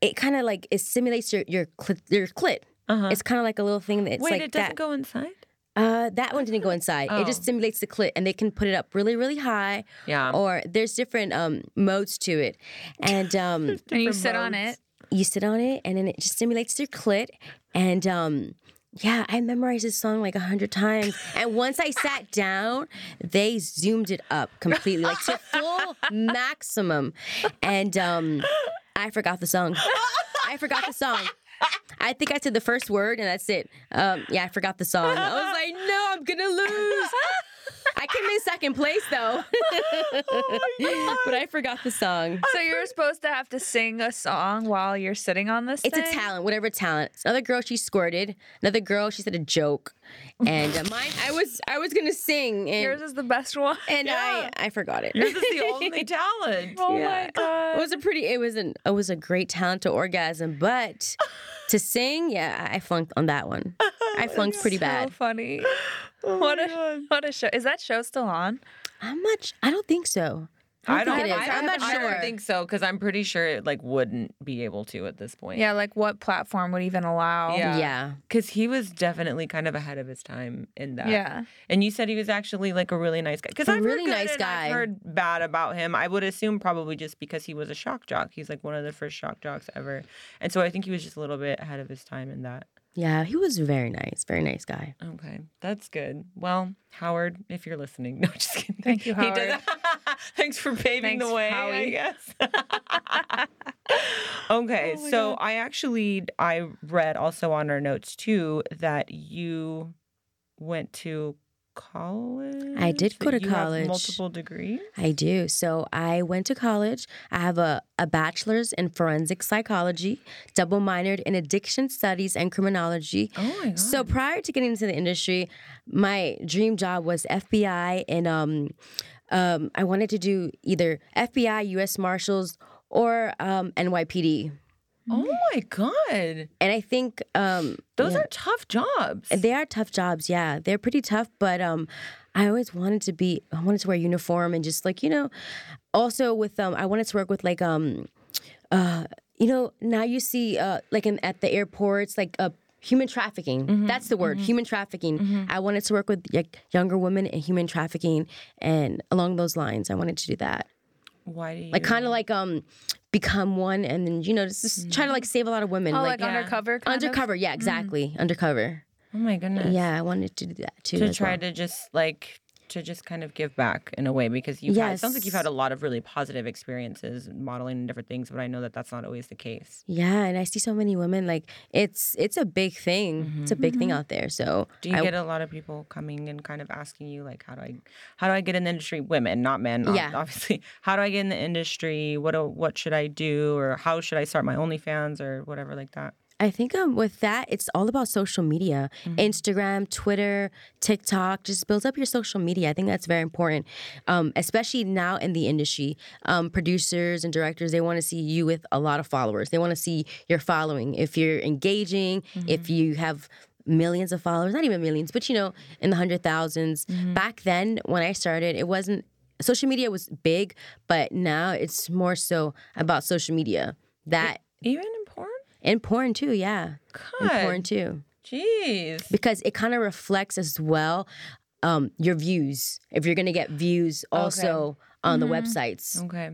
it kind of like it simulates your your clit. Your clit. It's kind of like a little thing that's
Uh-huh. Wait,
like
it doesn't
that.
go inside.
Uh, that one didn't go inside. It
Oh. Um.
just simulates the clit, and they can put it up really, really high.
Yeah.
Or there's different um modes to it, and
and
um,
you
different
sit on
modes.
it.
you sit on it, and then it just simulates your clit, and um. Yeah, I memorized this song like a hundred times, and once I sat down, they zoomed it up completely, like to full maximum, and um, I forgot the song. I forgot the song. I think I said the first word, and that's it. Um, yeah, I forgot the song. I was like, no, I'm gonna lose. I came in second place though, but I forgot the song.
So you're supposed to have to sing a song while you're sitting on this.
It's a
thing?
talent, whatever talent. Another girl, she squirted. Another girl, she said a joke, and uh, mine, I was, I was gonna sing,
Yours
and,
is the best one.
and
Yeah.
I, I forgot it.
This is the only talent.
Oh
Yeah.
my god.
It was a pretty. It was an. It was a great talent to orgasm, but to sing, yeah, I flunked on that one.
Oh,
I flunked pretty
so
bad.
funny. Oh what a what a show. Is that show still on?
How much? I don't think so.
I
think
don't.
it is.
I,
I'm
am
not
not sure. I
sure.
don't think so because I'm pretty sure it like wouldn't be able to at this point.
Yeah, like what platform would even allow?
Yeah.
Yeah.
because he was definitely kind of ahead of his time in that.
Yeah.
And you said he was actually like a really nice guy. Because
A
I've
really
heard good
nice
and I've
guy.
heard bad about him. I would assume probably just because he was a shock jock. He's like one of the first shock jocks ever, and so I think he was just a little bit ahead of his time in that.
Yeah. He was very nice. Very nice guy.
Okay, that's good. Well, Howard, if you're listening, no, just kidding.
Thank you,
He
Howard.
does- Thanks for paving
Thanks,
the way, I
Howie.
guess. okay,
Oh my
so
God.
I actually I read also on our notes too that you went to college.
I did go
that
to
you have
college.
multiple degrees.
I do. So I went to college. I have a, a bachelor's in forensic psychology, double minored in addiction studies and criminology.
Oh my god.
So prior to getting into the industry, my dream job was FBI, and um, um, I wanted to do either FBI, U.S. Marshals, or um, NYPD.
oh my god.
And I think um,
Those are tough jobs.
they are tough jobs. Yeah, they're pretty tough. But um, I always wanted to be. I wanted to wear a uniform and just like you know. Also with um, I wanted to work with like um, uh, you know now you see uh like in at the airports like uh human trafficking.
Mm-hmm.
That's the word, human trafficking. I wanted to work with like younger women and human trafficking and along those lines. I wanted to do that.
Why do you
Like kind of like um, become one and then you know just, just try to like save a lot of women.
Oh,
like,
like, undercover. Kind of? Mm-hmm.
undercover. Yeah, exactly. Undercover.
Oh my goodness.
Yeah, I wanted to do that too.
to
as
try
well.
to just like to just kind of give back in a way because you've had, it sounds like you've had
Yes.
a lot of really positive experiences modeling and different things but i know that that's not always the case
Yeah, and I see so many women like it's it's a big thing. It's a big thing out there. So
Mm-hmm. do you
I,
get a lot of people coming and kind of asking you like how do i how do i get in the industry women not men ob-
Yeah.
obviously how do i get in the industry what do, what should i do or how should i start my onlyfans or whatever like that
I think um, with that it's all about social media, Instagram, Twitter, TikTok. Just build up your social media. I think that's very important, um, especially now in the industry. Um, producers and directors they want to see you with a lot of followers. They want to see your following. If you're engaging, if you have millions of followers, not even millions, but you know, in the hundred thousands. Back then, when I started, it wasn't social media was big, but now it's more so about social media. That
even in porn
and porn too, yeah. And porn
God,
too.
jeez
Because it kind of reflects as well um, your views. If you're gonna get views also on
Mm-hmm.
the websites.
okay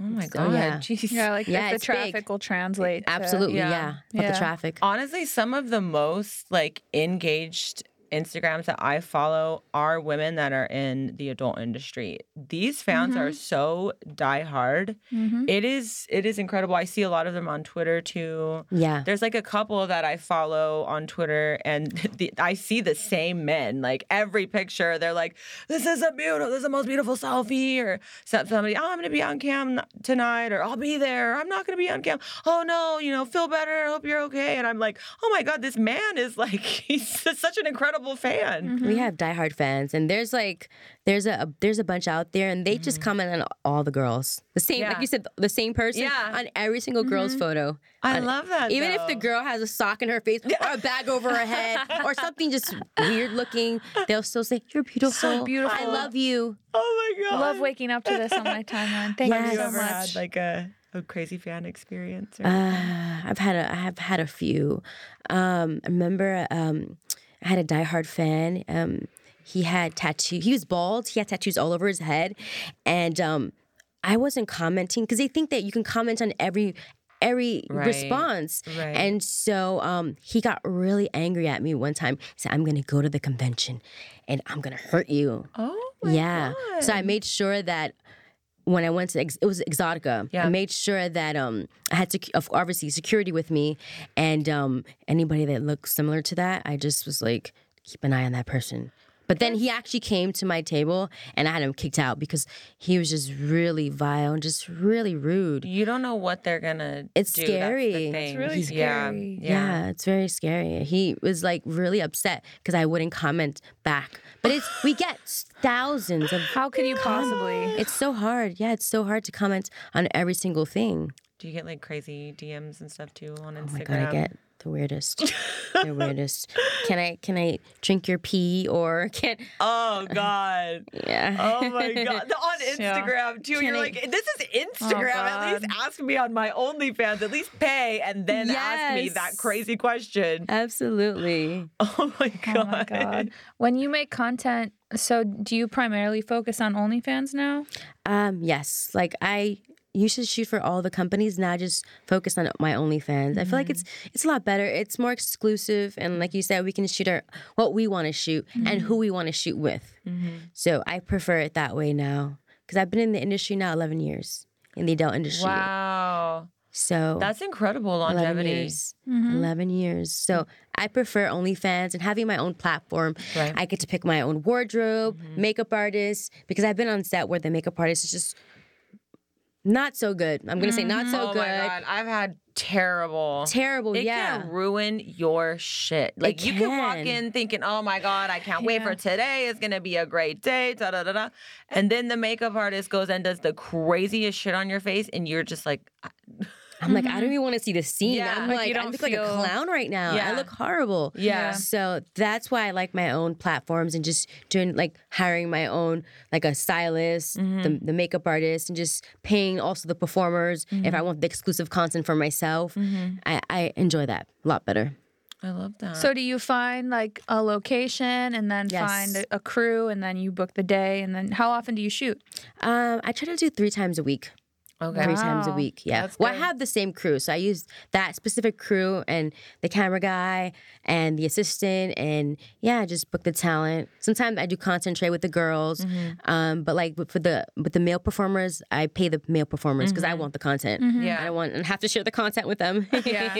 oh my
So,
god
yeah.
jeez
Yeah, like
Yeah,
if the
it's big.
traffic will translate. to-
Absolutely,
yeah,
yeah. With
yeah.
the traffic.
honestly some of the most like engaged instagrams that i follow are women that are in the adult industry these fans are so diehard It is it is incredible i see a lot of them on twitter too
Yeah.
there's like a couple that I follow on Twitter, and the, I see the same men. Like every picture, they're like, "This is a beautiful, this is the most beautiful selfie," or so- somebody, "Oh, I'm gonna be on cam n- tonight," or "I'll be there," or, "I'm not gonna be on cam." Oh no, you know, feel better. Hope you're okay. And I'm like, "Oh my god, this man is like, he's such an incredible fan."
We have diehard fans, and there's like there's a, there's a bunch out there, and they just comment on all the girls. The same,
Mm-hmm. Yeah.
like you said, the same person
Yeah. Mm-hmm.
on every single girl's photo.
I
On-
love that.
Even if the
though.
girl has a sock in her face or a bag over her head or something just weird looking, they'll still say, You're beautiful.
beautiful.
I love you.
oh my
I
god,
love waking up to this on my timeline. Thank
Yes.
you
You
so
ever
much.
had like a, a crazy fan experience? Or-
Uh, I've had a, I have had a few. Um, I remember um, I had a diehard fan. Um, he had tattoo. He was bald. He had tattoos all over his head, and um, I wasn't commenting because they think that you can comment on every every
Right,
response.
right.
And so um, he got really angry at me one time. He said, "I'm going to go to the convention, and I'm going to hurt you."
oh my
yeah.
god.
So I made sure that when I went to ex- it was Exotica.
Yeah.
I made sure that um I had sec- of obviously security with me, and um anybody that looked similar to that, I just was like keep an eye on that person. But then he actually came to my table, and I had him kicked out because he was just really vile and just really rude.
You don't know what they're gonna.
It's
do. That's the
scary. It's
thing.
really
Yeah.
scary.
Yeah.
Yeah, it's very scary. He was like really upset because I wouldn't comment back. But it's we get thousands of
How could you possibly?
It's so hard. Yeah, it's so hard to comment on every single thing.
Do you get like crazy DMs and stuff too on Instagram?
Oh my god, I get the weirdest. They're weirdest. Can I can I drink your pee or can
Oh God.
yeah?
Oh my God. The- on
So,
Instagram too.
can
You're
I-
like, this is Instagram. At least
Oh, God.
ask me on my OnlyFans. At least pay and then ask me that
Yes.
crazy question.
Absolutely.
Oh my God.
Oh my god. When you make content, so do you primarily focus on OnlyFans now?
Um, yes. Like I used to shoot for all the companies. Now I just focus on my OnlyFans. I feel like it's it's a lot better. It's more exclusive, and like you said, we can shoot our what we want to shoot and who we want to shoot with. So I prefer it that way now because I've been in the industry now eleven years in the adult industry.
Wow.
So
That's incredible
11
longevity.
years. 11 years. So I prefer OnlyFans and having my own platform.
Right. Mm-hmm.
I get to pick my own wardrobe, makeup artist, because I've been on set where the makeup artist is just not so good. I'm going to say not so
oh
good.
my god, I've had terrible.
Terrible,
It
Oh, yeah.
can ruin your shit. Like you can walk
can.
in thinking, "Oh my god, I can't wait for
Yeah.
today. It's gonna be a great day." Da da da da. And then the makeup artist goes and does the craziest shit on your face, and you're just like, I-
I'm like, I don't even want to see the scene.
Mm-hmm. Yeah.
I'm
Like,
like,
you
I
don't
look like a
feel-
clown right now.
Yeah.
I look horrible.
Yeah.
So that's why I like my own platforms and just doing like hiring my own like a stylist,
Mm-hmm.
the, the makeup artist, and just paying also the performers if I
Mm-hmm.
want the exclusive content for myself. I, I enjoy that a lot better.
"I love that."
So do you find like a location and then
Yes.
find a, a crew and then you book the day and then how often do you shoot?
Um, I try to do three times a week.
okay,
Three times a
Wow.
week, yeah.
That's
well, I
good.
have the same crew, so I use that specific crew and the camera guy and the assistant, and yeah, I just book the talent. Sometimes I do concentrate with the girls,
Mm-hmm.
um, but like with- for the with the male performers, I pay the male performers because I want the content.
Mm-hmm. Yeah.
I don't want and have to share the content with them.
Yeah.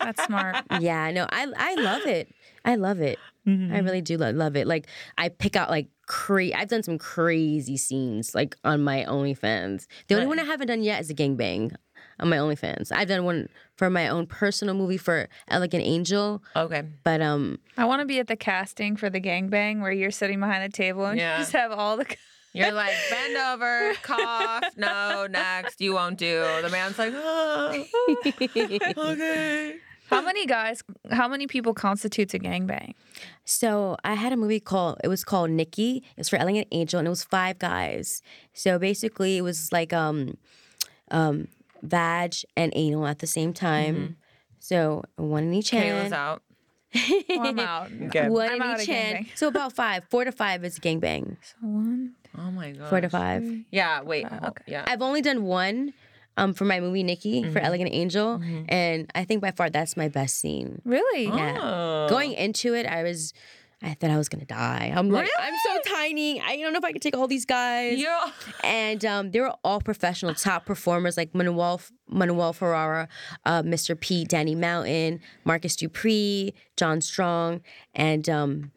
That's smart.
yeah, no, I I love it. I love it. I really do lo- love it. Like I pick out like cra I've done some crazy scenes like on my OnlyFans. The only one I haven't done yet is a gangbang on my OnlyFans. I've done one for my own personal movie for Elegant Angel,
okay,
but um,
I want to be at the casting for the gangbang where you're sitting behind the table and
Yeah.
you just have all the
you're like, bend over, cough. No, next, you won't do. The man's like, "Oh, okay.
How many guys how many people constitutes a gangbang?
So I had a movie called it was called Nikki. It was for Elegant Angel, and it was five guys. So basically, it was like um, um, vag and anal at the same time. So one in each
Kayla's
hand.
out.
Oh, I'm out.
Okay.
One
I'm
in
out
each
of
hand.
gangbang.
So about five, four to five is gangbang.
So one
Oh my god.
Four to five.
Yeah. Wait. Okay. Yeah.
I've only done one. Um, for my movie Nikki
Mm-hmm.
for Elegant Angel, and I think by far that's my best scene.
Really?
Yeah.
Oh.
Going into it, I was, I thought I was gonna die. I'm like, I'm so tiny. I don't know if I could take all these guys.
You're-
And um, they were all professional top performers like Manuel Manuel Ferrara, uh, Mr. P, Danny Mountain, Marcus Dupree, John Strong, and um,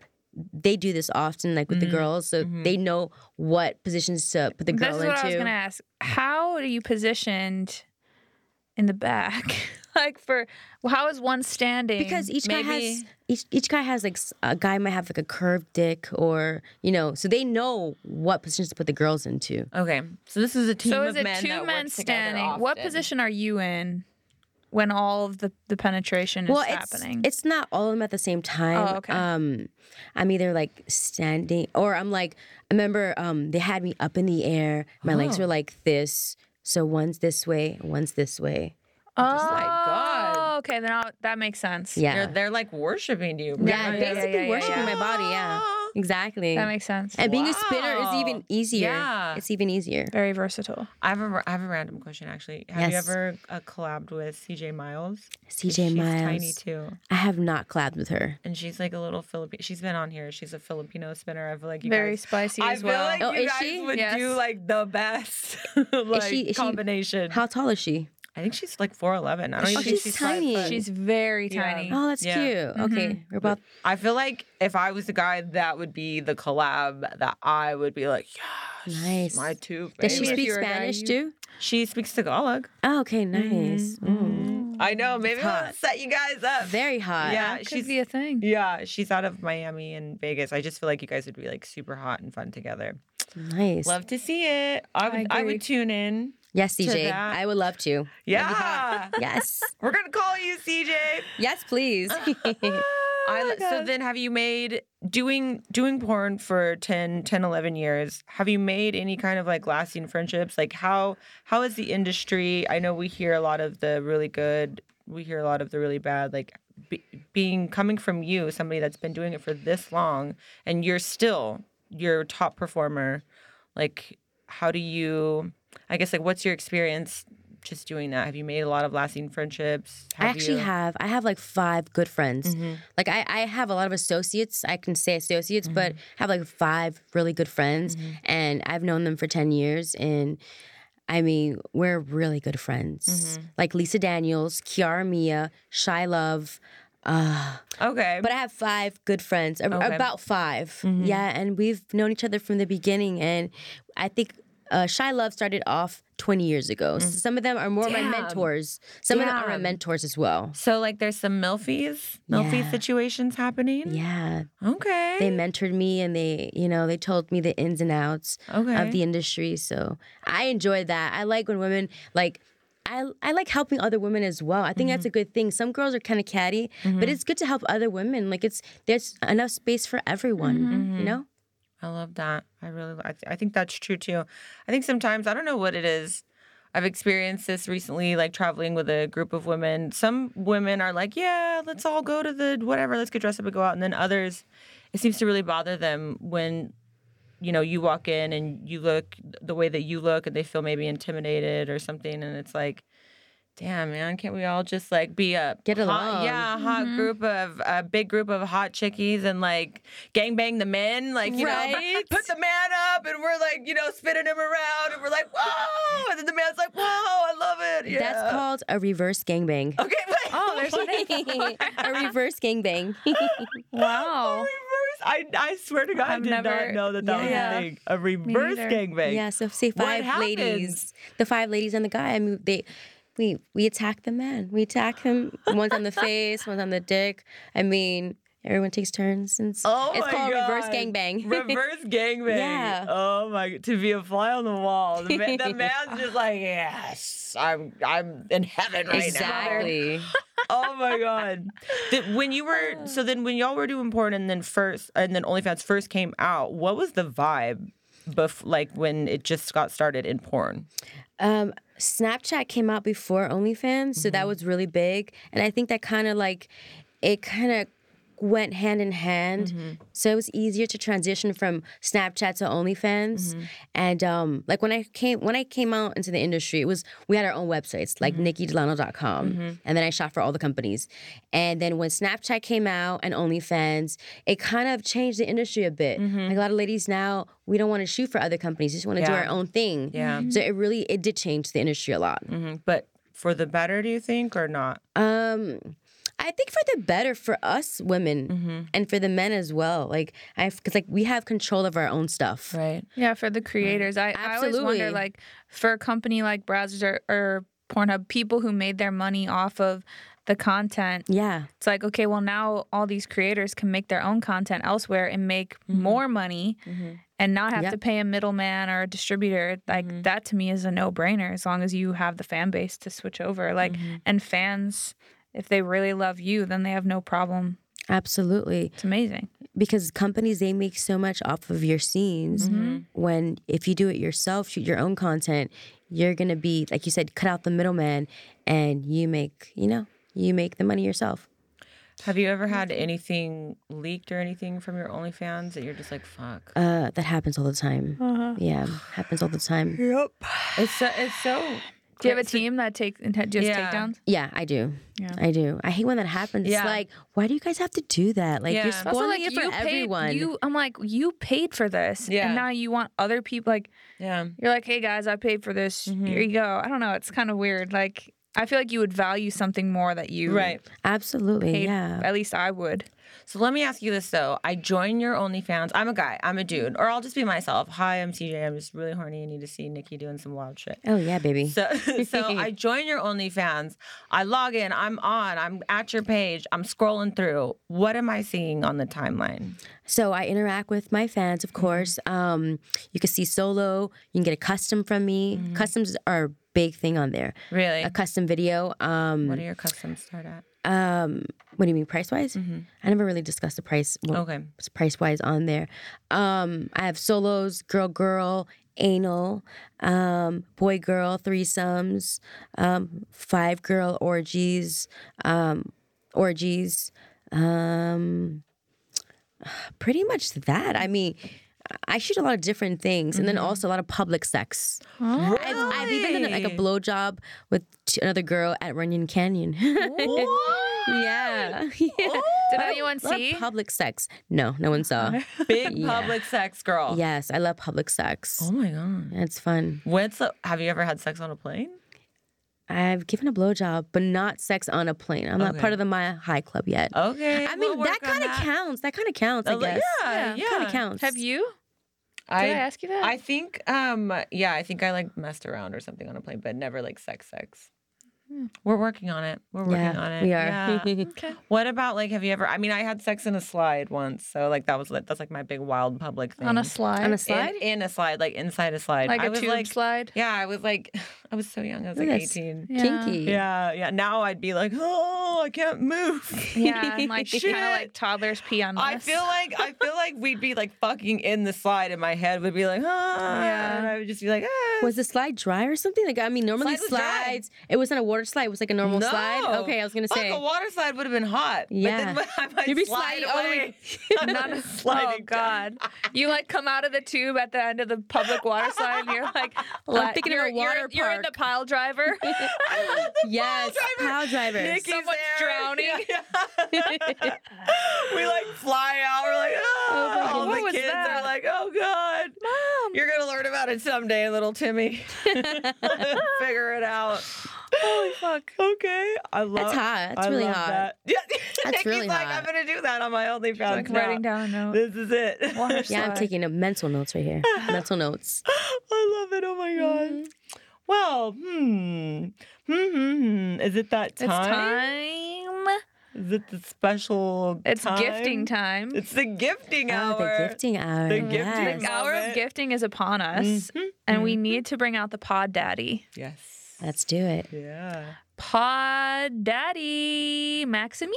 they do this often like with the girls, so they know what positions to put the
Mm-hmm. This
girl
is what
into.
I was gonna ask. How are you positioned in the back? like for how is one standing?
because each guy has
Maybe-
each, each guy has like s- a guy might have like a curved dick or you know so they know what positions to put the girls into.
Okay, so this is a team
so
of
is it
men
two
that
men
works together
standing? What
often.
position are you in when all of the, the penetration is
well, it's,
happening?
It's not all of them at the same time.
Oh, okay.
Um, I'm either like standing, or I'm like, I remember um, they had me up in the air. My legs
Oh.
were like this. So one's this way, one's this way.
oh
my God.
Okay, then I'll, that makes sense.
Yeah.
They're, they're like worshiping you.
yeah,
yeah,
yeah,
basically
yeah, yeah,
worshiping
yeah.
my body. Yeah,
Ah.
exactly.
that makes sense.
and being a spinner is
Wow.
even easier.
Yeah.
It's even easier.
Very versatile.
I have a I have a random question actually. Have you
Yes.
ever uh, collabed with CJ Miles?
CJ
she's
Miles.
tiny too,
I have not collabed with her.
and she's like a little Filipino. She's been on here. She's a Filipino spinner. I feel like you
Very
guys.
spicy
I
as
feel
well.
like
Oh,
you
is
guys
she?
would
Yes.
do like the best like
she- is she-
combination.
How tall is she?
I think she's like four eleven. I don't even
she's
think she's five
tiny.
foot.
She's very
Yeah.
tiny.
Oh, that's
Yeah.
Mm-hmm.
cute. Okay, we're both.
I feel like if I was the guy, that would be the collab that I would be like, yes,
Nice.
my two.
Does she
favorites."
if
speak
you're a guy,
Spanish
you- Mm-hmm.
too?
She speaks Tagalog.
Oh, okay, nice. Mm.
I know. Maybe I'll set you guys up.
Very hot.
yeah,
Could
she's
be a thing.
yeah, she's out of Miami and Vegas. I just feel like you guys would be like super hot and fun together.
Nice.
Love to see it. I would I,
agree.
would tune in.
Yes,
to
CJ.
that.
I would love to.
Yeah.
Yes.
We're going to call you CJ.
yes, please. Oh
I, li- so then have you made doing doing porn for 10 10 11 years have you made any kind of like lasting friendships like how how is the industry i know we hear a lot of the really good we hear a lot of the really bad like be, being coming from you somebody that's been doing it for this long and you're still your top performer like how do you i guess like what's your experience just doing that have you made a lot of lasting friendships
I actually
you-
have. I have like five good friends.
Mhm.
Like I, I have a lot of associates. I can say associates, but I
Mm-hmm.
have like five really good friends, and I've known them for ten years. And I mean, we're really good friends.
Mm-hmm.
Like Lisa Daniels, Kiara Mia, Shy Love. Uh,
okay
but I have five good friends, ab-
Okay. Mm-hmm.
about 5 Yeah, and we've known each other from the beginning. And I think uh, Shy Love started off 20 years ago. So some of them are more
Mm. Damn.
my mentors. Some of them are my
Damn.
mentors as well.
So like there's some milfies, milfie
Yeah.
situations happening.
Yeah,
Okay.
they mentored me and they, you know, they told me the ins and outs
okay.
of the industry. So I enjoy that. I like when women like. I, I like helping other women as well. I think that's
Mm-hmm.
a good thing. Some girls are kind of catty, but it's good to help other women. Like it's there's enough space for everyone,
Mm-hmm.
you know?
I love that. I really. I, th- I think that's true too. I think sometimes I don't know what it is. I've experienced this recently, like traveling with a group of women. Some women are like, "Yeah, let's all go to the whatever. Let's get dressed up and go out." And then others, it seems to really bother them when, you know, you walk in and you look the way that you look, and they feel maybe intimidated or something. And it's like, damn, man, can't we all just like be a
Get
Hot,
along.
yeah, a
Mm-hmm.
hot group of a big group of hot chickies and like gangbang the men, like you know,
Right?
put the man up, and we're like you know spinning him around, and we're like whoa, and then the man's like whoa, I love it. Yeah.
That's called a reverse gangbang.
okay. Wait.
Oh, there's a
a reverse gangbang.
wow.
reverse. I I swear to God, i
I've
did
neither-
not know that that was
yeah.
a thing. A reverse
neither.
gangbang.
yeah, so say
What
five
happens?
ladies. The five ladies and the guy. I mean they we we attack the man. We attack him once on the face, once on the dick. I mean, everyone takes turns and it's,
Oh
it's
my
called reverse
God.
gangbang.
Reverse gangbang.
Yeah.
Oh my! To be a fly on the wall. The, man, the man's just like, yes, I'm, I'm in heaven right now.
exactly.
Oh my god. Th- when you were so then when y'all were doing porn and then first and then OnlyFans first came out, what was the vibe? Bef- like when it just got started in porn.
Um, Snapchat came out before OnlyFans, so
Mm-hmm.
that was really big, and I think that kind of like it kind of went hand in hand.
Mm-hmm.
So it was easier to transition from Snapchat to OnlyFans,
Mm-hmm.
and um, like when I came when I came out into the industry, it was we had our own websites
Mm-hmm.
like NikkiDelano.com, and then I shot for all the companies, and then when Snapchat came out and OnlyFans, it kind of changed the industry a bit. Like a lot of ladies now, we don't want to shoot for other companies; we just want to do
Mm-hmm. Yeah.
our own thing.
Yeah.
So it really it did change the industry a lot.
But for the better, do you think or not?
Um I think for the better for us women
Mm-hmm.
and for the men as well. Like I cuz like we have control of our own stuff.
Right.
Yeah, for the creators. I, I always wonder,
Absolutely.
like, for a company like Brazzers or, or Pornhub, people who made their money off of the content,
Yeah.
it's like, okay, well, now all these creators can make their own content elsewhere and make more money and not have
Yeah.
to pay a middleman or a distributor. Like, that to me is a no brainer as long as you have the fan base to switch over. Like, and fans, if they really love you, then they have no problem.
Absolutely.
It's amazing.
Because companies they make so much off of your scenes when if you do it yourself, shoot your own content, you're going to be like you said cut out the middleman and you make, you know, you make the money yourself.
Have you ever had anything leaked or anything from your OnlyFans that you're just like, fuck?
Uh that happens all the time. Yeah, happens all the time.
Yep. It's so. It's so.
Do you have a team that take, that just
Yeah.
takedowns?
Yeah, I do.
Yeah.
I do. I hate when that happens.
Yeah.
It's like, why do you guys have to do that? Like,
Yeah.
you're
Also,
spoiling
like
it for everyone.
Paid, you, I'm like, you paid for this,
Yeah.
and now you want other people. Like,
Yeah.
you're like, hey guys, I paid for this. Here you go. I don't know. It's kind of weird. Like, I feel like you would value something more that you
Right.
Absolutely.
paid-
yeah.
At least I would.
So let me ask you this though. I join your OnlyFans. I'm a guy. I'm a dude, or I'll just be myself. Hi, I'm CJ. I'm just really horny. I need to see Nikki doing some wild shit.
Oh yeah, baby.
So, so I join your OnlyFans. I log in. I'm on. I'm at your page. I'm scrolling through. What am I seeing on the timeline?
So I interact with my fans,
Mm-hmm.
of course. Um, you can see solo. You can get a custom from me.
Mm-hmm.
Customs are a big thing on there.
Really?
A custom video. Um,
What do your customs start at?
um, what do you mean price wise? I never really discussed the price.
Mm-hmm. Okay.
price wise on there. Um, I have solos, girl, girl, anal, um, boy, girl, threesomes, um, five girl orgies, um, orgies. Um, pretty much that. I mean, I shoot a lot of different things, and then also a lot of public sex. I've, I've even done like a
Really?
blowjob with t- another girl at Runyon Canyon. yeah.
Oh,
yeah.
Did anyone
Love
see?
public sex. No, no one saw.
Big
Yeah.
public sex girl.
yes, I love public sex.
Oh my god.
It's fun.
What's the, have you ever had sex on a plane?
I've given a blowjob, but not sex on a plane. I'm not part of the Mile High Club yet.
Okay.
I mean,
we'll
that
work on
kind of
that.
counts. That kind of counts, I
Uh,
guess.
Yeah, yeah.
Kind of counts.
Have you?
I,
Did I ask you that?
I think, um, yeah, I think I like messed around or something on a plane, but never like sex, sex. We're working on it. We're working
Hmm. Yeah,
on it.
we
Yeah.
are.
okay.
what about like, have you ever? I mean, I had sex in a slide once, so like that was like, that's like my big wild public thing.
On a slide.
On a
In-
slide?
In, a slide, like inside a slide.
Like
I
a
was
tube
like,
slide.
yeah, I was like, I was so young. I was like
Yes.
18.
Yeah.
Kinky.
Yeah, yeah. Now I'd be like, oh, I can't move.
Yeah, and like kind of
Shit.
like toddlers pee on this.
I feel like I feel like we'd be like fucking in the slide, and my head would be like, ah,
Yeah.
and I would just be like, ah.
Was the slide dry or something? Like, I mean, normally
Slide was dry.
slides, it wasn't a water slide, it was like a normal slide.
No.
Okay, I was gonna
Fuck,
say.
a water slide would have been hot.
Yeah.
but then I might
You'd be
slide
sliding all the way-
away.
not a slide. Oh God! You like come out of the tube at the end of the public water slide, and you're like, la-
thinking of
you're,
a water
you're, You're in the
park.
pile driver.
yes, pile driver.
Nikki's
Someone's
there.
drowning.
Yeah. we like fly out. We're like,
my
ah.
God.
Oh
All
What
the
was
kids
that?
are like, oh God, mom, you're gonna learn about it someday, little Timmy. Figure it out. Holy fuck. Okay, I love.
That's hot. That's
I
really
love
hot.
That. Yeah, Nikki's
really
like, I'm
hot.
gonna do that on my OnlyFans.
like
now.
writing down a note.
This is it.
Water slide.
Yeah, I'm taking a mental notes right here. mental notes.
I love it. Oh my god.
Mm-hmm.
Well, hmm. Hmm, hmm, hmm. Is it that
It's
time?
time.
Is it the special?
It's gifting time.
It's the gifting
Oh,
hour.
the gifting hour.
The gifting
yes.
the hour
moment.
of gifting is upon us, and we need to bring out the pod daddy.
Yes.
Let's do it.
Yeah.
Pod daddy Maximini.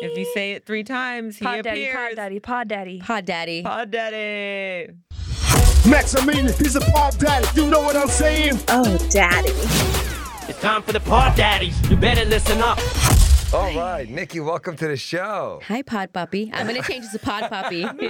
If you say it three times, he
pod daddy,
appears.
pod daddy, pod daddy.
Pod Daddy.
Pod daddy.
Max, I mean, he's a pop daddy. You know what I'm saying?
It's time for the pod daddies. You better listen up.
All right, Nikki, welcome to the show.
Hi, Pod Puppy. I'm gonna change this to Pod Puppy.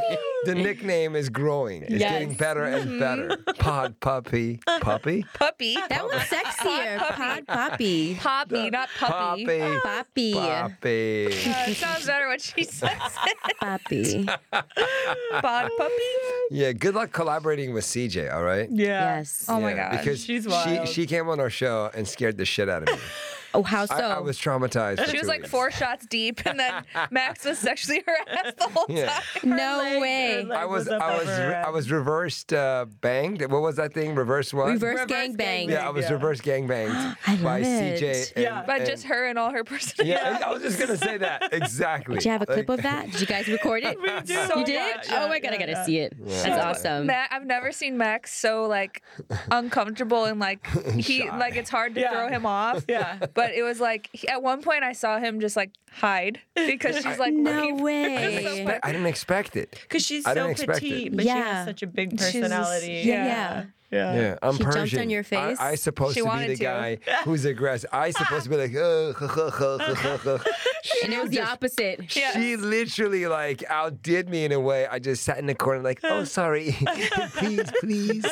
The nickname is growing. It's
Yes.
getting better and better. Pod puppy, puppy,
Puppy.
that one's sexier. Pod Puppy.
Poppy, not puppy.
poppy,
Poppy.
poppy.
Uh, it sounds better when she says it.
Poppy.
Pod puppy.
Yeah, good luck collaborating with CJ. All right.
Yeah.
Yes.
Oh my
Yeah,
god.
Because
She's
she
wild.
she came on our show and scared the shit out of me.
Oh, how so?
I, I was traumatized. for
she was
two
like
weeks.
four shots deep, and then Max was sexually harassed the whole
Yeah.
time.
no
Her leg- her
way.
leg
I was
up
I was
over
re-
her
I was reversed uh, banged. What was that thing? Reverse what?
Reverse, gangbang.
Yeah, I was
Yeah.
reverse gang banged by
love
CJ.
it.
And,
Yeah.
But
and-
just her and all her personality.
Yeah, I was just gonna say that exactly.
Did you have a clip
Like-
of that? Did you guys record it?
do.
So
you did?
much.
oh my god, I gotta see it. That's awesome.
Ma- I've never seen Max so like uncomfortable and like he like it's hard to
Yeah.
throw him off.
Yeah.
But it was like he- at one point I saw him just like hide because she's like
No
looking-
way.
But I didn't expect it.
Because she's
I
so
didn't expect it.
petite, but she
Yeah.
has such a big
She's just-
personality.
yeah.
Yeah.
Yeah, I'm
She jumped
Persian.
on your face?
I, I supposed
She
to be
wanted
the
to.
guy who's aggressive. I supposed to be like, oh,
And it was the opposite.
Yeah.
she literally like outdid me in a way. I just sat in the corner like, oh, sorry, please, please,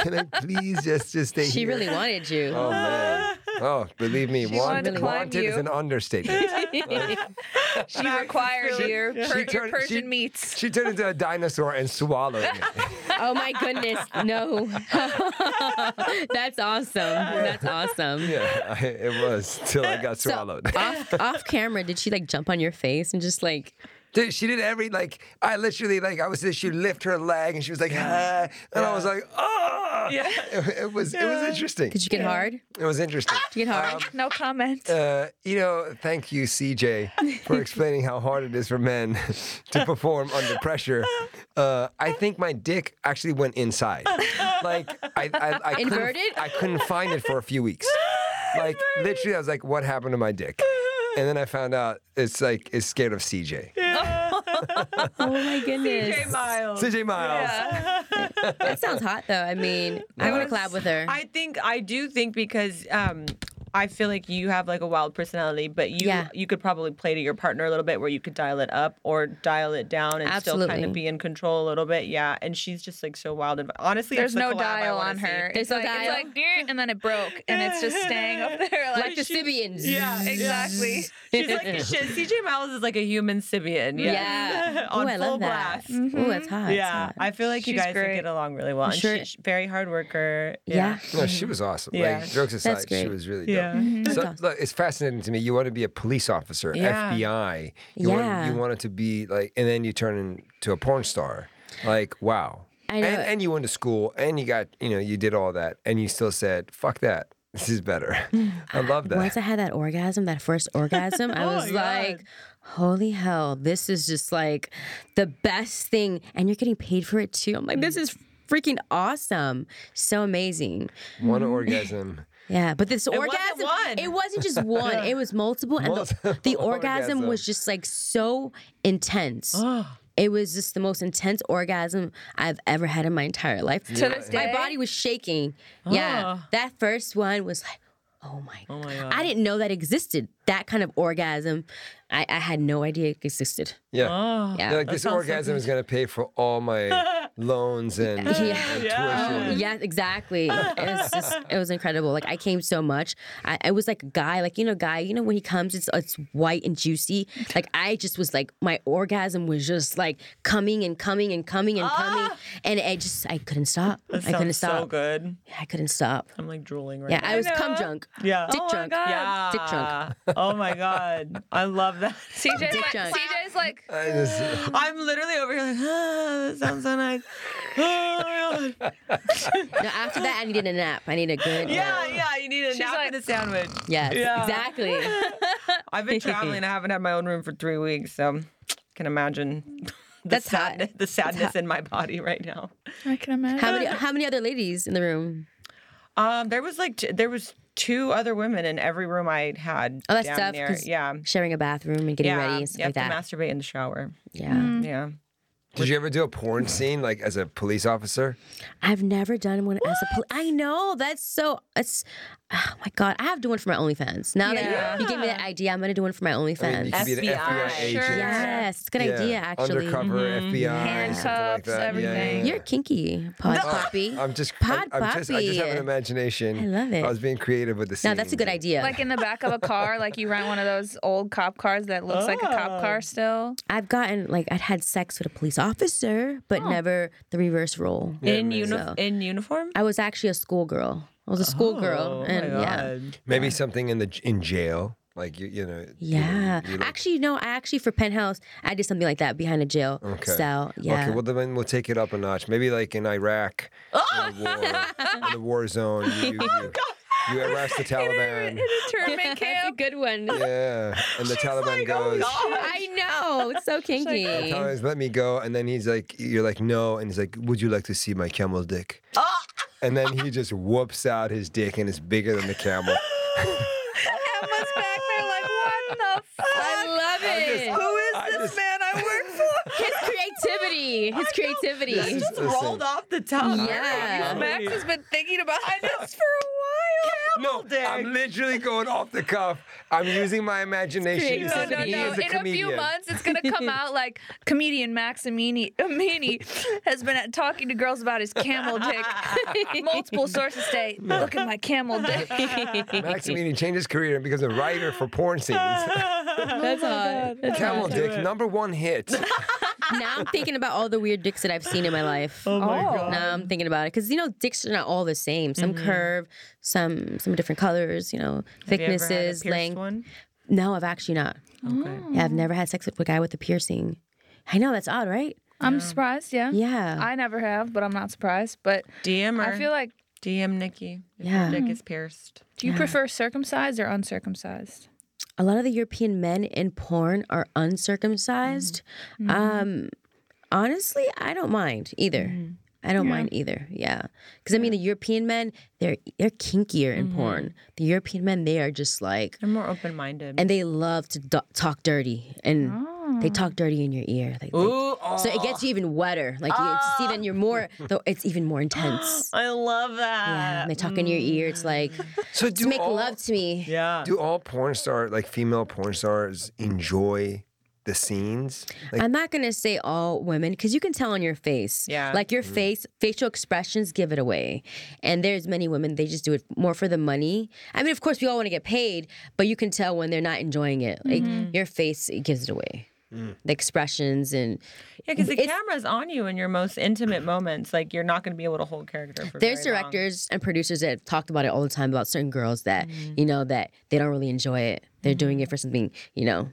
can I please just just stay
She
here?
really wanted you.
Oh man. Oh, believe me,
wanted to
want-
climb
wanted is
you.
an understatement.
she requires your, per-
She
your
turned-
Persian
she-
meats.
She turned into a dinosaur and swallowed me.
Oh my goodness, no. That's awesome. That's awesome.
Yeah, I, it was till I got
So,
swallowed.
off off camera, did she like jump on your face and just like
Dude, she did every like. I literally like. I was there. She lift her leg, and she was like, ah, and I was like, oh.
Yeah.
It, it was. It was interesting.
did you get hard?
It was interesting.
Did you get hard?
No comment.
Uh, you know, thank you, CJ, for explaining how hard it is for men to perform under pressure. Uh, I think my dick actually went inside. Like I, I, I
Inverted?
Couldn't, I couldn't find it for a few weeks. Like literally, I was like, "What happened to my dick?" And then I found out it's like it's scared of CJ.
oh my goodness.
J Miles.
CJ Miles.
uh,
That sounds hot though. I mean, I want to collab with her.
I think I do think because um I feel like you have like a wild personality, but you
Yeah.
you could probably play to your partner a little bit where you could dial it up or dial it down and still kind
Absolutely.
of be in control a little bit. Yeah, and she's just like so wild and honestly,
There's
it's the
no
collab I
dial
wanna
on
see.
her. it's
There's no
like,
dial?
It's like, "Deer," and then it broke, and it's just staying up there. Like,
like the Sibians.
Yeah,
exactly.
She's like shit. CJ Miles is like a human Sibian. Yeah,
Yeah.
on
Ooh, I
full
love
blast. Mm-hmm.
that. Ooh, that's hot. it's
Yeah,
hot.
I feel like you
She's
guys would
great.
get along really well. And
sure-
she's very hard worker.
yeah.
No, she was awesome.
Yeah.
Like jokes aside, she
Mm-hmm. great.
was really dope.
Yeah. Mm-hmm.
So look, it's fascinating to me. You want to be a police officer,
Yeah.
FBI. You
Yeah.
want you wanted to be like, and then you turn into a porn star. Like wow.
I know.
And, and you went to school, and you got you know you did all that, and you still said fuck that. This is better. I love that.
Once I had that orgasm, that first orgasm, I
Oh
was like, holy hell, this is just like the best thing. And you're getting paid for it too. I'm like,
Mm.
this is freaking awesome. So amazing.
One orgasm.
Yeah. But this
wasn't
orgasm,
one.
it wasn't just one, it was multiple. And the, the
Multiple
orgasm was
orgasms.
just like so intense. It was just the most intense orgasm I've ever had in my entire life.
To this day,
My body was shaking. Yeah.
Ah.
That first one was like, oh my,
Oh my
God.
God.
I didn't know that existed. That kind of orgasm. I, I had no idea it existed.
Yeah.
Oh.
Yeah.
You're like this orgasm is gonna pay for all my loans and,
Yeah.
and
Yeah.
tuition.
Oh, Yeah, exactly. It was just, it was incredible. Like I came so much. I, I was like a guy, like you know, guy. You know when he comes, it's it's white and juicy. Like I just was like my orgasm was just like coming and coming and coming and coming, and I just I couldn't stop. I couldn't
Ah! Sounds
stop.
So good.
I couldn't stop.
I'm like drooling right
Yeah,
now.
I was cum
know.
drunk.
Yeah.
dick
Oh my
drunk.
God.
Yeah.
Dick trunk.
Oh my god. I love that.
CJ's like,
jokes.
CJ's like,
I just-
I'm literally over here like, ah, that sounds so nice. Oh my god.
No, after that, I needed a nap. I need a good.
Yeah,
nap.
yeah. You need a nap
like-
and a sandwich.
Yes,
Yeah.
exactly.
I've been traveling. I haven't had my own room for three weeks, so can imagine the
That's hot.
sadness, the sadness in my body right now.
I can imagine.
How many? How many other ladies in the room?
Um, there was like t- there was two other women in every room I had.
Oh, that's
down
tough.
Near.
'cause
Yeah.
Sharing a bathroom and getting
Yeah,
ready and stuff
you have
like that. Mm.
to masturbate in the shower.
yeah.
Yeah,
Did you ever do a porn scene like as a police officer?
I've never done one as a poli- I know that's so. It's oh my god. I have to do one for my OnlyFans. Now
Yeah.
that you, you gave me that idea, I'm gonna do one for my
I mean,
OnlyFans.
you could be an
FBI.
FBI agent.
Sure.
yes, it's a good
Yeah,
idea actually. Mm-hmm.
Undercover FBI, something like
Handcuffs,
that. Yeah,
everything.
yeah,
You're kinky, pod poppy.
yeah. Oh, I'm just,
pod
I'm, I'm just, I just have
poppy.
an imagination.
I love it.
I was being creative with the scene.
now that's a good idea.
like in the back of a car, like you rent one of those old cop cars that looks like a
Oh.
cop car still.
I've gotten like I'd had sex with a police officer, but never the reverse role.
in uni- in uniform.
I was actually a schoolgirl. I was a schoolgirl,
Oh
and
my
yeah,
god.
Maybe something in the in jail, like you, you know. you know,
yeah.
you like-
actually, no, I actually for penthouse, I did something like that behind a jail style. Yeah, Oh,
Okay, well then we'll take it up a notch. Maybe like in Iraq, in, the war, in the war zone, you, you, you, you arrest the Taliban.
Internment
that's a
camp.
good one.
Yeah, and the Taliban
oh,
goes.
I know. It's so kinky.
Thomas, let me go. And then he's like, you're like, no. And he's like, would you like to see my camel's dick? And then he just whoops out his dick and it's bigger than the camel.
Emma's back there like, what the
I
fuck?
love it.
Who is this man I work for?
his creativity. His
This
creativity.
is-
just rolled
Listen.
off the tongue.
Yeah.
Max has been thinking about this for a while.
No, I'm literally going off the cuff. I'm using my imagination.
It's
No, no,
He
no.
is a
In a
comedian.
few months, it's gonna come out like comedian Max Amini, Amini has been talking to girls about his camel dick. Multiple sources say, "Look at my camel dick."
Max Amini changes career and becomes a writer for porn scenes.
That's hot.
camel dick, number one hit.
now I'm thinking about all the weird dicks that I've seen in my life.
Oh my God.
Now I'm thinking about it because you know dicks are not all the same. Some curve, some some different colors. You know thicknesses, length.
One?
No, I've actually not.
Okay.
Yeah, I've never had sex with a guy with a piercing. I know that's odd, right?
I'm surprised. Yeah.
Yeah.
I never have, but I'm not surprised. But
DM her.
I feel like, Mm-hmm.
DM Nikki. If
Yeah.
your dick is pierced.
do you prefer circumcised or uncircumcised?
a lot of the European men in porn are uncircumcised. Um, honestly, I don't mind either. I don't mind either. Mm-hmm. Yeah, Mm-hmm. because I mean, the European men they're they're kinkier in porn. The European men they are just like,
They're more open minded.
and they love to do- talk dirty and. They talk dirty in your ear, like, they-
Ooh,
so it gets you even wetter. Like you, it's even you're more, though it's even more intense.
I love
yeah,
that.
and they talk in your ear. It's like,
So do
just make
all,
love to me.
Yeah.
Do all porn star like female porn stars enjoy the scenes? Like
I'm not gonna say all women because you can tell on your face.
Yeah.
Like your face, facial expressions give it away. And there's many women they just do it more for the money. I mean, of course, we all want to get paid, but you can tell when they're not enjoying it. Like your face, it gives it away. The expressions and
Yeah, because the
It's-
camera's on you in your most intimate moments. Like you're not going to be able to hold character for.
there's
very long.
directors and producers that have talked about it all the time about certain girls that
Mm-hmm.
you know that they don't really enjoy it. They're doing it for something, you know.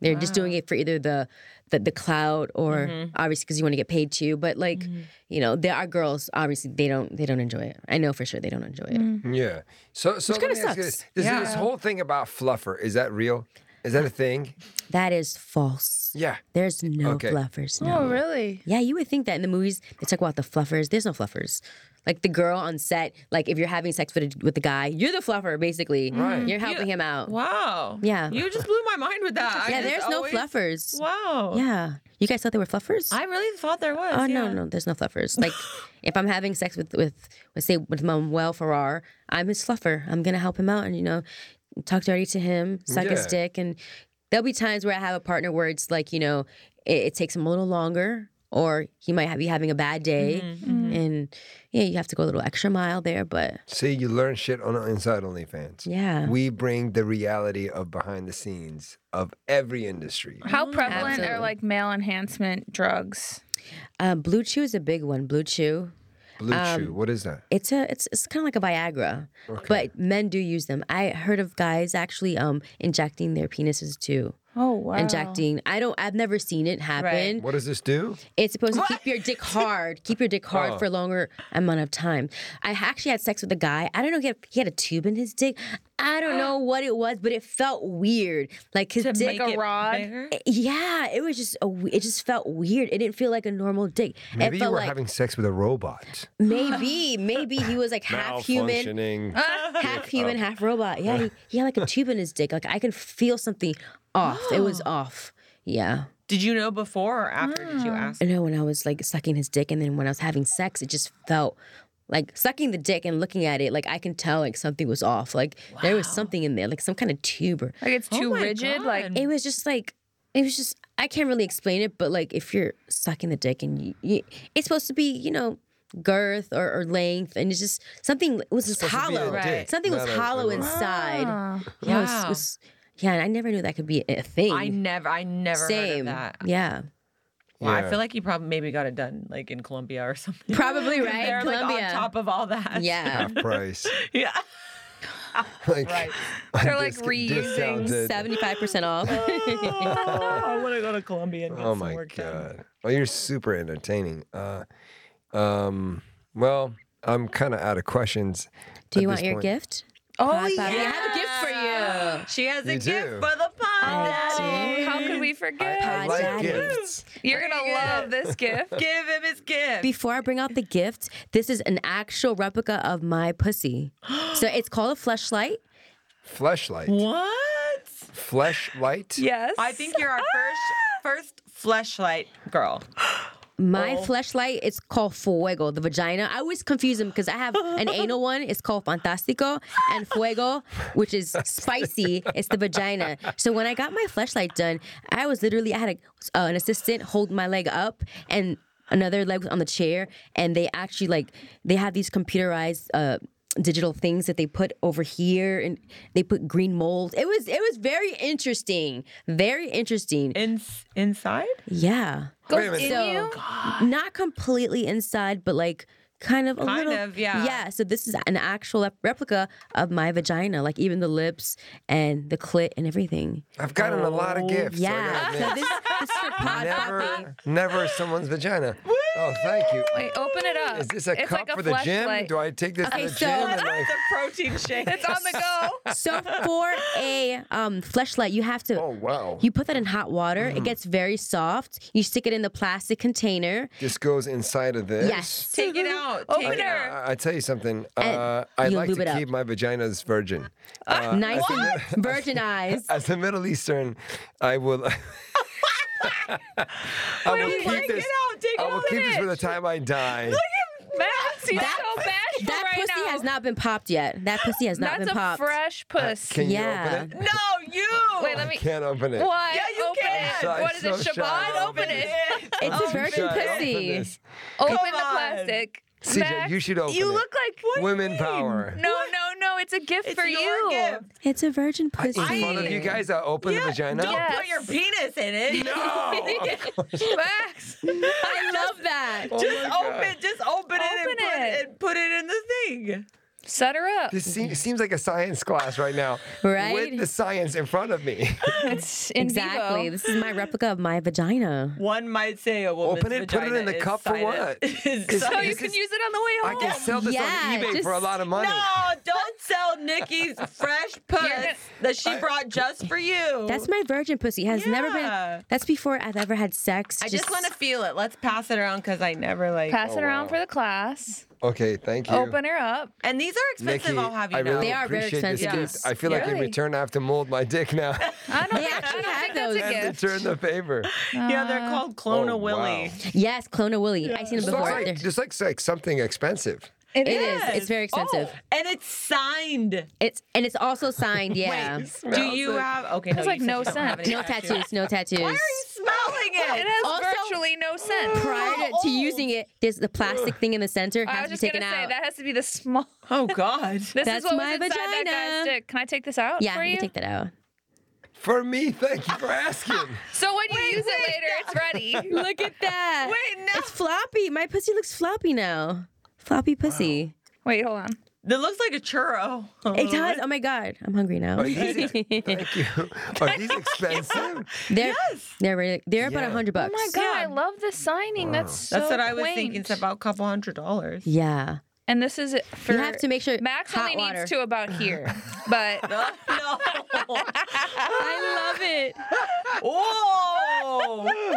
They're just doing it for either the the, the cloud or
Mm-hmm.
obviously because you want to get paid too. But like, you know, there are girls obviously they don't they don't enjoy it. I know for sure they don't enjoy it.
Mm.
yeah. So so let
kinda
me ask you this.
sucks.
This, this whole thing about fluffer is that real? Is that a thing?
That is false.
Yeah.
There's no
Okay.
fluffers. No.
Oh, really?
Yeah, you would think that in the movies they talk about the fluffers. There's no fluffers. Like the girl on set, like if you're having sex with a, with the guy, you're the fluffer basically.
Right.
You're helping him out.
Wow.
Yeah.
You just blew my mind with that. I
Yeah,
just
there's no
always-
fluffers.
Wow.
Yeah. You guys thought they were fluffers?
I really thought there was.
oh
yeah.
no, no, there's no fluffers. Like if I'm having sex with with let's say with Manuel Ferrar, I'm his fluffer. I'm gonna help him out and you know, talk dirty to him, suck his
Yeah.
dick, and there'll be times where I have a partner where it's like you know, it, it takes him a little longer. Or he might have, be having a bad day,
Mm-hmm,
and yeah, you have to go a little extra mile there. But
See, you learn shit on Inside OnlyFans.
yeah,
We bring the reality of behind the scenes of every industry.
How
Mm,
prevalent are
Absolutely.
like male enhancement drugs?
uh, Blue Chew is a big one. Blue Chew,
Blue
um,
Chew, what is that?
It's a it's it's kind of like a Viagra, but men do use them. I heard of guys actually um injecting their penises too.
Oh, wow.
Injecting. I don't. I've never seen it happen.
What does this do?
It's supposed to keep your dick hard. Keep your dick
Oh.
hard for a longer amount of time. I actually had sex with a guy. I don't know. He had, he had a tube in his dick. I don't know what it was, but it felt weird. Like his
To
dick.
make it
rod.
bigger?
yeah, it was just a. we- It just felt weird. It didn't feel like a normal dick.
Maybe
it
you
felt
were
like
having sex with a robot.
maybe maybe he was like half human. half human, half robot. Yeah, he, he had like a tube in his dick. Like I can feel something off. It was off. Yeah.
Did you know before or after? Did you ask?
I know when I was like sucking his dick, and then when I was having sex, it just felt like sucking the dick and looking at it. Like I can tell like something was off. Like there was something in there, like some kind of tube. Or,
Like it's too
Oh my
rigid. Like
God.
Mm.
it was just like it was just. I can't really explain it, but like if you're sucking the dick and you, you it's supposed to be, you know. Girth or, or length, and it's just something it was just
supposed to be a
hollow.
dick,
Something was
not a-
hollow
a-
inside. Yeah, it was-
Wow.
it was- yeah, and I never knew that could be a thing.
I never. I never heard
Same.
of that.
Yeah.
Wow, I
Yeah.
feel like you probably maybe got it done like in Colombia or something.
Probably,
'Cause
right?
They're like
Colombia.
on top of all that.
Yeah.
Half price.
Yeah.
Like,
They're, like,
disc-
reusing
discounted.
75% off.
I want to go to Colombia and get
Oh
some
my
work done.
god! Oh, you're super entertaining. Uh, um, well, I'm kind of out of questions.
Do you
at
want
this
your
point.
gift?
Oh
Bobby, I have a gift for you.
She has a
You
gift
do.
for the pod daddy.
how could we forget?
I like
Daddy.
gifts.
You're gonna love this gift.
Give him his gift.
Before I bring out the gift, this is an actual replica of my pussy. So it's called a fleshlight.
Fleshlight.
what?
Fleshlight.
Yes.
I think you're our
Ah!
first first fleshlight girl.
My fleshlight is called Fuego, the vagina. I always confuse them because I have an anal one. It's called Fantástico, and Fuego, which is spicy, it's the vagina. So when I got my fleshlight done, I was literally I had a, uh, an assistant hold my leg up and another leg was on the chair, and they actually like they have these computerized. Uh, digital things that they put over here and they put green mold it was it was very interesting very interesting
In, inside?
yeah
Wait a
goes
minute.
in
So-
you.
not completely inside, but like kind of a
Kind
little.
of, yeah.
Yeah. So this is an actual rep- replica of my vagina, like even the lips and the clit and everything.
I've gotten a lot of gifts. I
yeah.
gotta
So
admit.
this, this is for pod puppy.
never, never someone's vagina. Oh, thank you.
Wait, open it up.
Is this a
it's
cup
like a
for the gym?
fleshlight.
Do I take this
Okay,
to the
so-
gym? and, like,
The protein shake.
It's on the go.
So for a um, fleshlight, you have to.
Oh, wow.
You put that in hot water. It gets very soft. You stick it in the plastic container.
this goes inside of this.
Yes.
Take it out.
Open
Take it
it.
out.
Sure.
I, I tell you something.
And
Uh, I
you
like
lube
to
it up.
keep my vaginas virgin. Uh,
nice
as, a,
and virginized.
as a Middle Eastern, I will. I will keep
Take
this.
it out. Take it
I will
out.
keep this for the time I die.
Max, you're so bashful
That
right
pussy
now.
has not been popped yet. That pussy has not
That's
been
a
popped.
fresh puss.
Uh, Can you
Yeah.
open it?
No, you.
Wait, let
I
me.
can't open it.
What?
Yeah, you
open
can.
it.
I'm
What is it?
so shy to
Shabbat, open it.
It's
I'm
Oh,
a
too
virgin
shy to open
pussy.
this.
Open
Come
the
on.
plastic.
CJ,
Max,
you should open it.
You look like
women power.
No, no, no. It's a gift
It's
for
your
you.
gift.
It's a virgin pussy.
In front of you guys, I open the vagina. Oh
Don't
Yes.
put your penis in it.
Max.
I love that.
Oh
Just open, just open it,
Open
and, Put
it.
it and put it in the thing.
Set her up.
This seems, seems like a science class right now.
Right?
With the science in front of me.
It's in
Exactly.
vivo.
This is my replica of my vagina.
One might say a woman's
Open it, put it in
vagina
the
is
cup for
silent-
what?
is
Is-
So
silent.
you
This
can
is-
use it on the way
I
home.
can sell this
Yeah,
on eBay for a
just-
lot of money.
Oh, No, don't sell Nikki's fresh puss
gonna-
that she brought just for you.
That's my virgin pussy. It has never
Yeah.
been. That's before I've ever had sex.
I just want to feel it. Let's pass it around because I never like.
Pass it around
wow.
for the class.
Okay, thank you.
Open her up.
and these are expensive.
Nikki,
I'll have you
I
know.
really
They are very
appreciate this
expensive.
gift. I feel like in
Really?
return I have to mold my dick now
I don't
They
think, I
actually
don't
have
think
those.
that's a
and
gift.
return the favor.
yeah, they're called Clona
Oh,
Willy.
wow.
Yes, Clona Willy. I've seen it
This looks
before.
like,
They're-
this looks like something expensive.
It is. It's very
Oh,
expensive.
and it's signed.
It's and it's also signed. Yeah.
Do you have? Okay, no,
It's like no
you said you don't have
scent.
any
No tattoos. No tattoos.
Smelling it.
It has
Also-
virtually no scent.
Prior to, to using it, there's the plastic thing in the center
I
has
was
to be
just gonna
taken
say
out.
that has to be the small.
Oh God.
This is
That's
what
my
was inside that
vagina.
guy's dick. Can I take this out
yeah,
for
you
you?
take that out.
For me, thank you for asking.
So when you use it later, it's ready.
Look at that.
Wait, no.
It's floppy. My pussy looks floppy now. Floppy pussy.
Wait, hold on.
Oh
That looks like a churro.
It does. Oh my god, I'm hungry now.
Are these, thank Oh, you. Are these expensive?
They're they're really, they're about
Yeah.
a hundred bucks.
Oh my god, I
Yeah.
love the signing. That's so
That's what I was thinking.
quaint.
It's about a couple hundred dollars.
Yeah.
And this is it for
You have to make sure
Max
hot
only
water.
needs two about here, but
no.
I love it.
Whoa.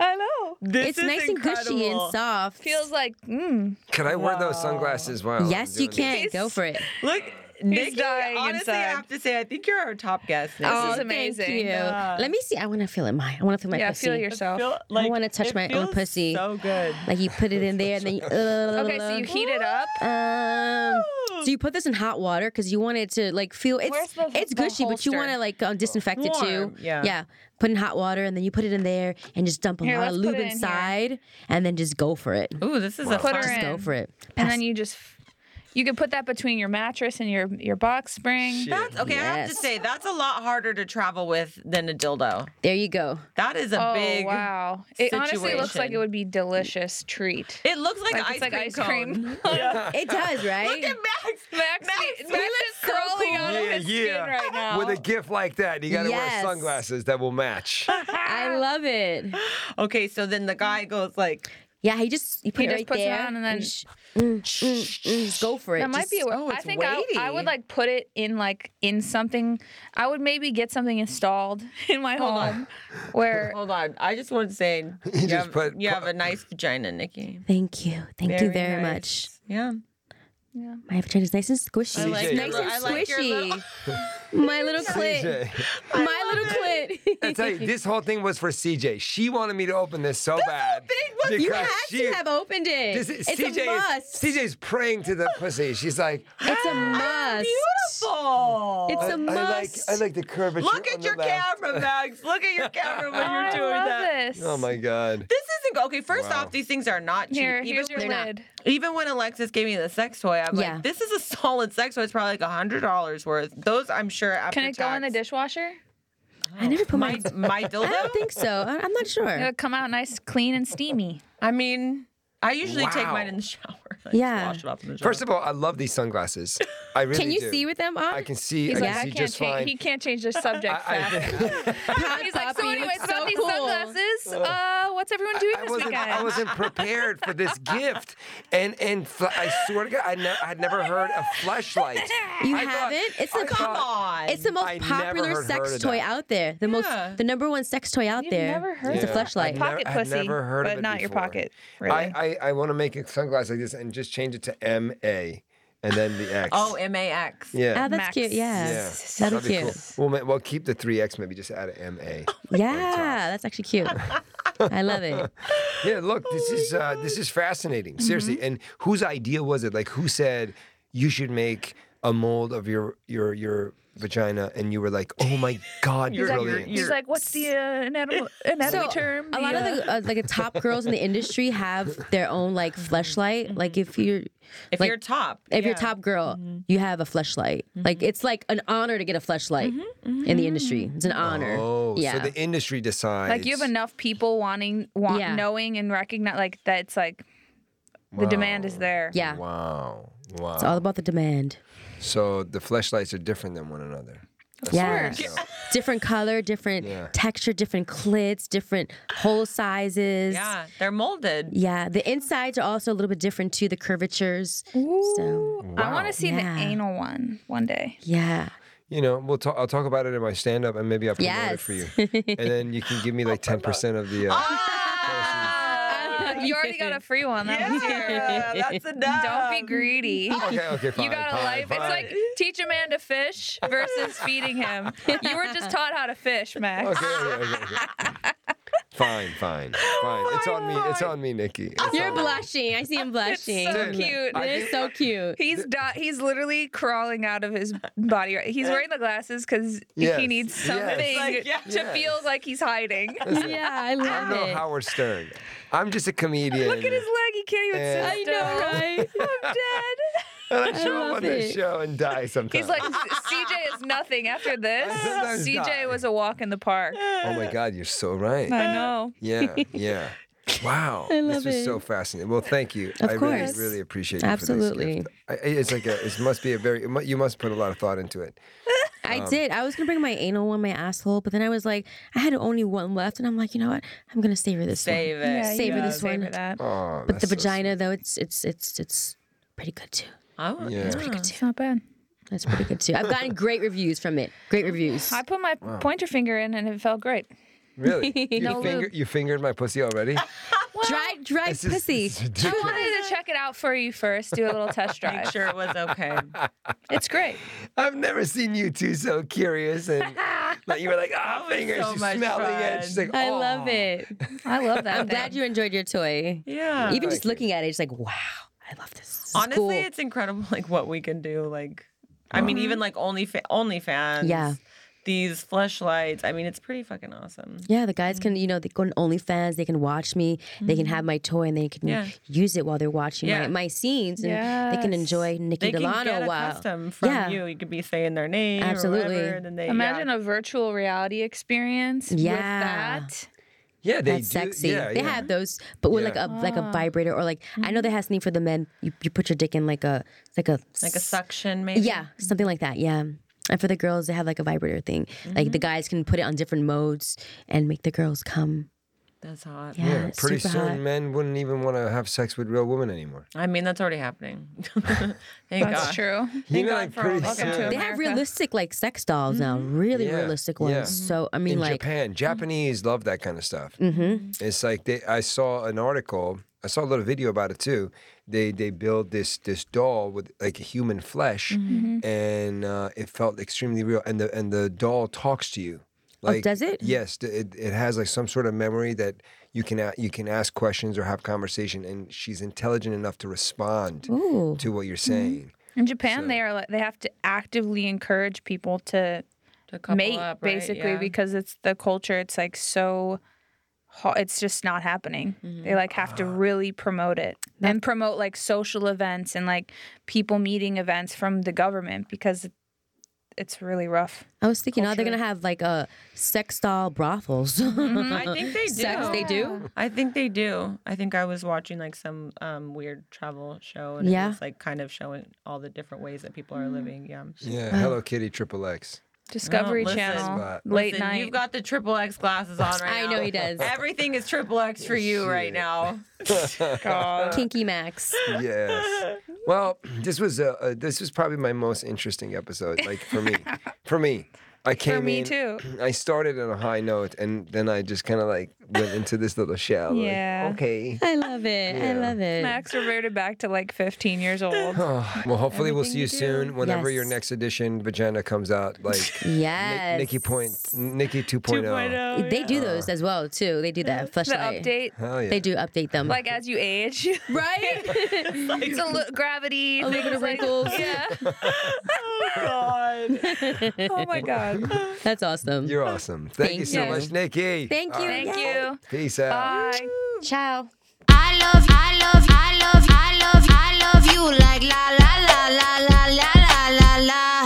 I know
This
it's
is
nice and
incredible.
gushy and soft.
feels like mm,
Can I wear those sunglasses while I'm
yes, you
doing this?
can. Go for it.
Look, Nikki,
dying
honestly, I
inside.
have to say, I think you're our top guest. Nikki.
Oh,
Thank
amazing.
you.
Yeah.
Let me see. I want to feel it. My. I want to feel my
yeah.
pussy.
Feel yourself.
Feel- like,
wanna touch
it
my own
feels
pussy.
So good.
Like you put it in there and then you.
Okay, so you heat it up.
Um, so you put this in hot water because you want it to like feel it's
Where's the-
it's
the
gushy, but you
holster?
want to like um, disinfect it too.
Warm, yeah.
yeah. Put in hot water and then you put it in there and just dump a
Here,
lot of
let's put
lube
it in here.
inside and then just go for it.
Ooh, this is a
Put
fun-
her
Just
in.
go for it.
and
Pass-
then you just you can put that between your mattress and your your box spring.
That's okay. I have to
Yes.
say that's a lot harder to travel with than a dildo.
there you go.
That is a
Oh
big.
wow! It honestly looks like
situation.
it would be delicious treat.
It looks like,
Like,
ice,
it's like
cream
ice
cone.
cream.
It does, right?
Max,
Max,
Max,
Max,
we look
is curling out of
Yeah,
his
yeah.
skin right now.
With a gift like that, you got to
Yes.
wear sunglasses that will match.
I love it.
Okay, so then the guy goes like,
Yeah, he just you put
He
it
just
right
puts it
there
on and then-
sh- mm, mm, mm, just go for it.
that might be. A,
Just-
way-
oh,
I
it's
think I, I
weighty.
would like put it in like in something. I would maybe get something installed in my
Hold on.
home where
"Hold on, I just want to say you,
just
have,
put-
you have a nice vagina, Nikki.
Thank you. Thank you very much.
nice. Yeah,
My vagina's nice and squishy.
I like
It's
your
nice
little-
and
I
like your
squishy.
little-
My little clit.
CJ.
My little
I
clit.
tell you, this whole thing was for CJ. She wanted me to open this so bad.
You
because
have
she-
to have opened it.
this is-
it's
CJ
a must.
Is, CJ's praying to the pussy. She's like,
it's a must.
beautiful.
It's
I,
a
Ah, I like,
must.
I like the curvature.
Look
on
at
the
your
left.
camera, Max. Look at your camera when you're
I
doing
love
that.
this.
Oh my god.
This isn't okay. First
Wow.
off, these things are not cheap.
Here,
Even
here's your
when-
not.
lid.
Even when Alexis gave me the sex toy, I'm
Yeah.
like, this is a solid sex toy. It's probably like a hundred dollars worth. Those I'm sure after
Can it go in the
tax-
dishwasher?
I never put my.
My my dildo.
I don't think so. I, I'm not sure.
It'll come out nice, clean, and steamy.
I mean, I usually take
Wow.
mine in the shower. I just
Yeah.
wash it off in the shower.
First of all, I love these sunglasses. I really
Can you
do.
see with them on?
I can see.
He's
I
like,
can
I
see
can't
just fine.
change. He can't change the subject
I-
fast. He's like, so
Poppy,
anyway, it's
so
about these
cool."
sunglasses. Uh, what's everyone doing
I
this
wasn't,
weekend?
I wasn't prepared for this gift, and and fl- I swear to God, I, ne- I had never heard a flashlight.
You
I thought-
haven't? It's
I
the-
Come
thought-
on.
It's the most
I never
popular
heard- heard
sex
of
toy
that.
out there. The
Yeah.
most, the number one sex toy out
You've
there.
never heard
It's
of that.
a flashlight.
I've never-
Pocket
I'd
pussy,
never heard of
but
it
not your
before.
pocket, really.
I, I, I want to make a sunglass like this and just change it to M A, and then the X.
oh, M A X.
yeah.
Oh, that's
Max.
cute. Yeah.
yeah,
That'd
be
be cute.
Cool. Well, ma- well, keep the three X. Maybe just add a M A.
Yeah, that's actually cute. I love it.
Yeah, look, this is uh, this is fascinating. Seriously, and whose idea was it? Like, who said you should make a mold of your your your vagina? And you were like, oh my god,
You're- you're-
brilliant.
He's like, what's the uh, anatomy, anatomy term?
A lot of
uh,
the uh, like the top girls in the industry have their own like fleshlight. Like if you're
If
Like,
you're top.
if you're
Mm-hmm. yeah. Mm-hmm.
top girl, you have a fleshlight. Like it's like an honor to get a fleshlight
Mm-hmm.
in the industry. It's an honor.
Oh,
yeah.
so the industry decides.
like you have enough people wanting, want,
Yeah.
knowing, and recognize like that's like the demand is there.
yeah.
Wow, wow.
It's all about the demand.
so the fleshlights are different than one another.
yeah. Different color, different
Yeah.
texture, different clits, different hole sizes.
Yeah, they're molded.
Yeah, the insides are also a little bit different too, the curvatures. So,
I want to see
Yeah.
the anal one one day.
yeah.
You know, we'll talk. I'll talk about it in my stand-up, and maybe I'll promote it for you,
Yes.
and then you can give me like ten percent of the. Uh,
Ah! you already got a free one. That was your-
Yeah, that's enough.
Don't
Um,
be greedy.
okay, okay, fine.
You got a
fine,
life.
fine.
It's like teach a man to fish versus feeding him. You were just taught how to fish, Max.
Okay, okay, okay, okay. fine, fine, fine. It's on me. It's on me, Nikki. It's
You're
on me.
blushing. I see him blushing.
so
Dude,
cute.
I
It
think-
is so cute.
He's di- he's literally crawling out of his body. right- He's wearing the glasses because
Yes,
he needs
yes.
something
Like, yeah.
to feel like he's hiding.
Yeah, I
I'm
love
no
it.
Howard Stern. I'm just a comedian.
Look at his leg. He can't even
And-
sit
I
still.
know, right?
I'm dead.
And I show
love
up on this
it.
show and die sometimes.
He's like CJ is nothing after this.
Sometimes die.
CJ was a walk in the park.
oh my God, you're so right.
I know.
Yeah, yeah. Wow, this
love
was so
it.
fascinating. Well, thank you. I
course.
really, really appreciate you
Absolutely.
For this gift. I, it's like a, it must be a very. it mu- You must put a lot of thought into it.
I did. I was gonna bring my anal one, my asshole, but then I was like, I had only one left, and I'm like, you know what? I'm gonna savor this
Save it.
one. savor
Yeah,
this one.
savor that.
Oh,
But the
that's so
vagina, though, it's it's it's it's pretty good too.
Oh,
sweet. Yeah.
It's not bad.
That's pretty good too. I've gotten great reviews from it. Great reviews.
I put my pointer finger in and it felt great.
Really? You,
No
finger,
lube.
you fingered my pussy already?
Dry dry
This is-
pussy.
this
I
is ridiculous.
wanted to check it out for you first, do a little test drive.
Make sure it was okay.
It's great.
I've never seen you two so curious and like you were like, ah, fingers,
so
she's
much
smelling it.
fun.
She's like,
I
oh.
love it.
I love that.
I'm glad you enjoyed your toy.
Yeah.
Even
Thank
just
you.
looking at it, it's like, wow, I love this. This is
Honestly,
cool.
it's incredible like what we can do. Like, I mean, even like only OnlyFans.
Yeah.
These fleshlights. I mean, it's pretty fucking awesome.
yeah, the guys
Mm.
can, you know, they go on OnlyFans, they can watch me, they can have my toy, and they can
Yeah.
use it while they're watching
Yeah.
my, my scenes, and they can
Yes.
enjoy Nikki
They can
Delano
get a
while.
custom from
yeah,
you. You could be saying their name. Or
Absolutely.
whatever, and then they,
Imagine
yeah.
a virtual reality experience
Yeah.
with that.
Yeah, they
that's
do.
sexy.
Yeah,
they
yeah.
have those, but with like
Yeah.
a like
Ah.
a vibrator or like I
Mm.
know they have something for the men. You, you put your dick in like a it's like a
like a suction, maybe.
yeah something like that yeah. And for the girls, they have like a vibrator thing. Like
Mm-hmm.
the guys can put it on different modes and make the girls come.
That's hot.
Yeah,
Yeah,
it's
pretty
super
soon
hot.
men wouldn't even want to have sex with real women anymore.
I mean, that's already happening. Thank
That's
God.
true.
You know,
God
like
for
pretty
all
that. Welcome to
soon.
They have
America.
realistic like sex dolls now,
Mm-hmm.
really
Yeah,
realistic
yeah.
ones. So I mean,
in
like Mm-hmm.
Japan, Japanese love that kind of stuff. It's like they. I saw an article. I saw a little video about it too. They they build this this doll with like human flesh,
Mm-hmm.
and uh, it felt extremely real. And the and the doll talks to you. Like,
Oh, does it?
Yes, th- it, it has like some sort of memory that you can a- you can ask questions or have conversation, and she's intelligent enough to respond
Ooh.
to what you're saying.
In Japan, they are like they have to actively encourage people to
To couple
mate,
up, right?
basically,
Yeah.
because it's the culture. It's like so, ho- it's just not happening.
Mm-hmm.
They like have
Ah.
to really promote it and promote like social events and like people meeting events from the government because it's really rough.
I was thinking, now they're gonna have like a sex doll brothels.
Mm-hmm.
Mm, I think they do.
Sex, they do.
I think they do. I think I was watching like some um, weird travel show, and
Yeah. Mm.
it was like kind of showing all the different ways that people are living. Yeah.
Yeah, Hello Kitty Triple X.
Discovery
listen.
Channel,
Spot.
late
Listen,
night.
You've got the triple X glasses on right
I
now.
know he does.
Everything is triple X for you right now.
God.
Kinky Max.
Yes. Well, this was a, a this was probably my most interesting episode. Like for me, for me, I came
me
in,
too.
I started on a high note, and then I just kind of like went into this little shell. like,
Yeah.
okay.
I love it. I love it.
Max reverted back to like 15 years old.
Oh, well, hopefully we'll see you, soon. Whenever your
Yes.
next edition vagina comes out, like
Yes. oh.
Nikki Point, Nikki oh. 2.0.
2.0.
They do those as well too. They do that
Oh, The
flashlight.
update,
Hell yeah.
They do update them.
like as you age,
right?
it's a li- gravity,
A little bit of
things like- yeah.
wrinkles.
Oh God.
Oh my God.
That's awesome.
You're awesome. Thank,
Thank
you so
you.
much, Nikki. Ah,
Thank you.
Thank
Yay.
you.
Peace out.
Bye.
Ciao.
I love, I love, I love, I love, I love you like la la la la la la la la la.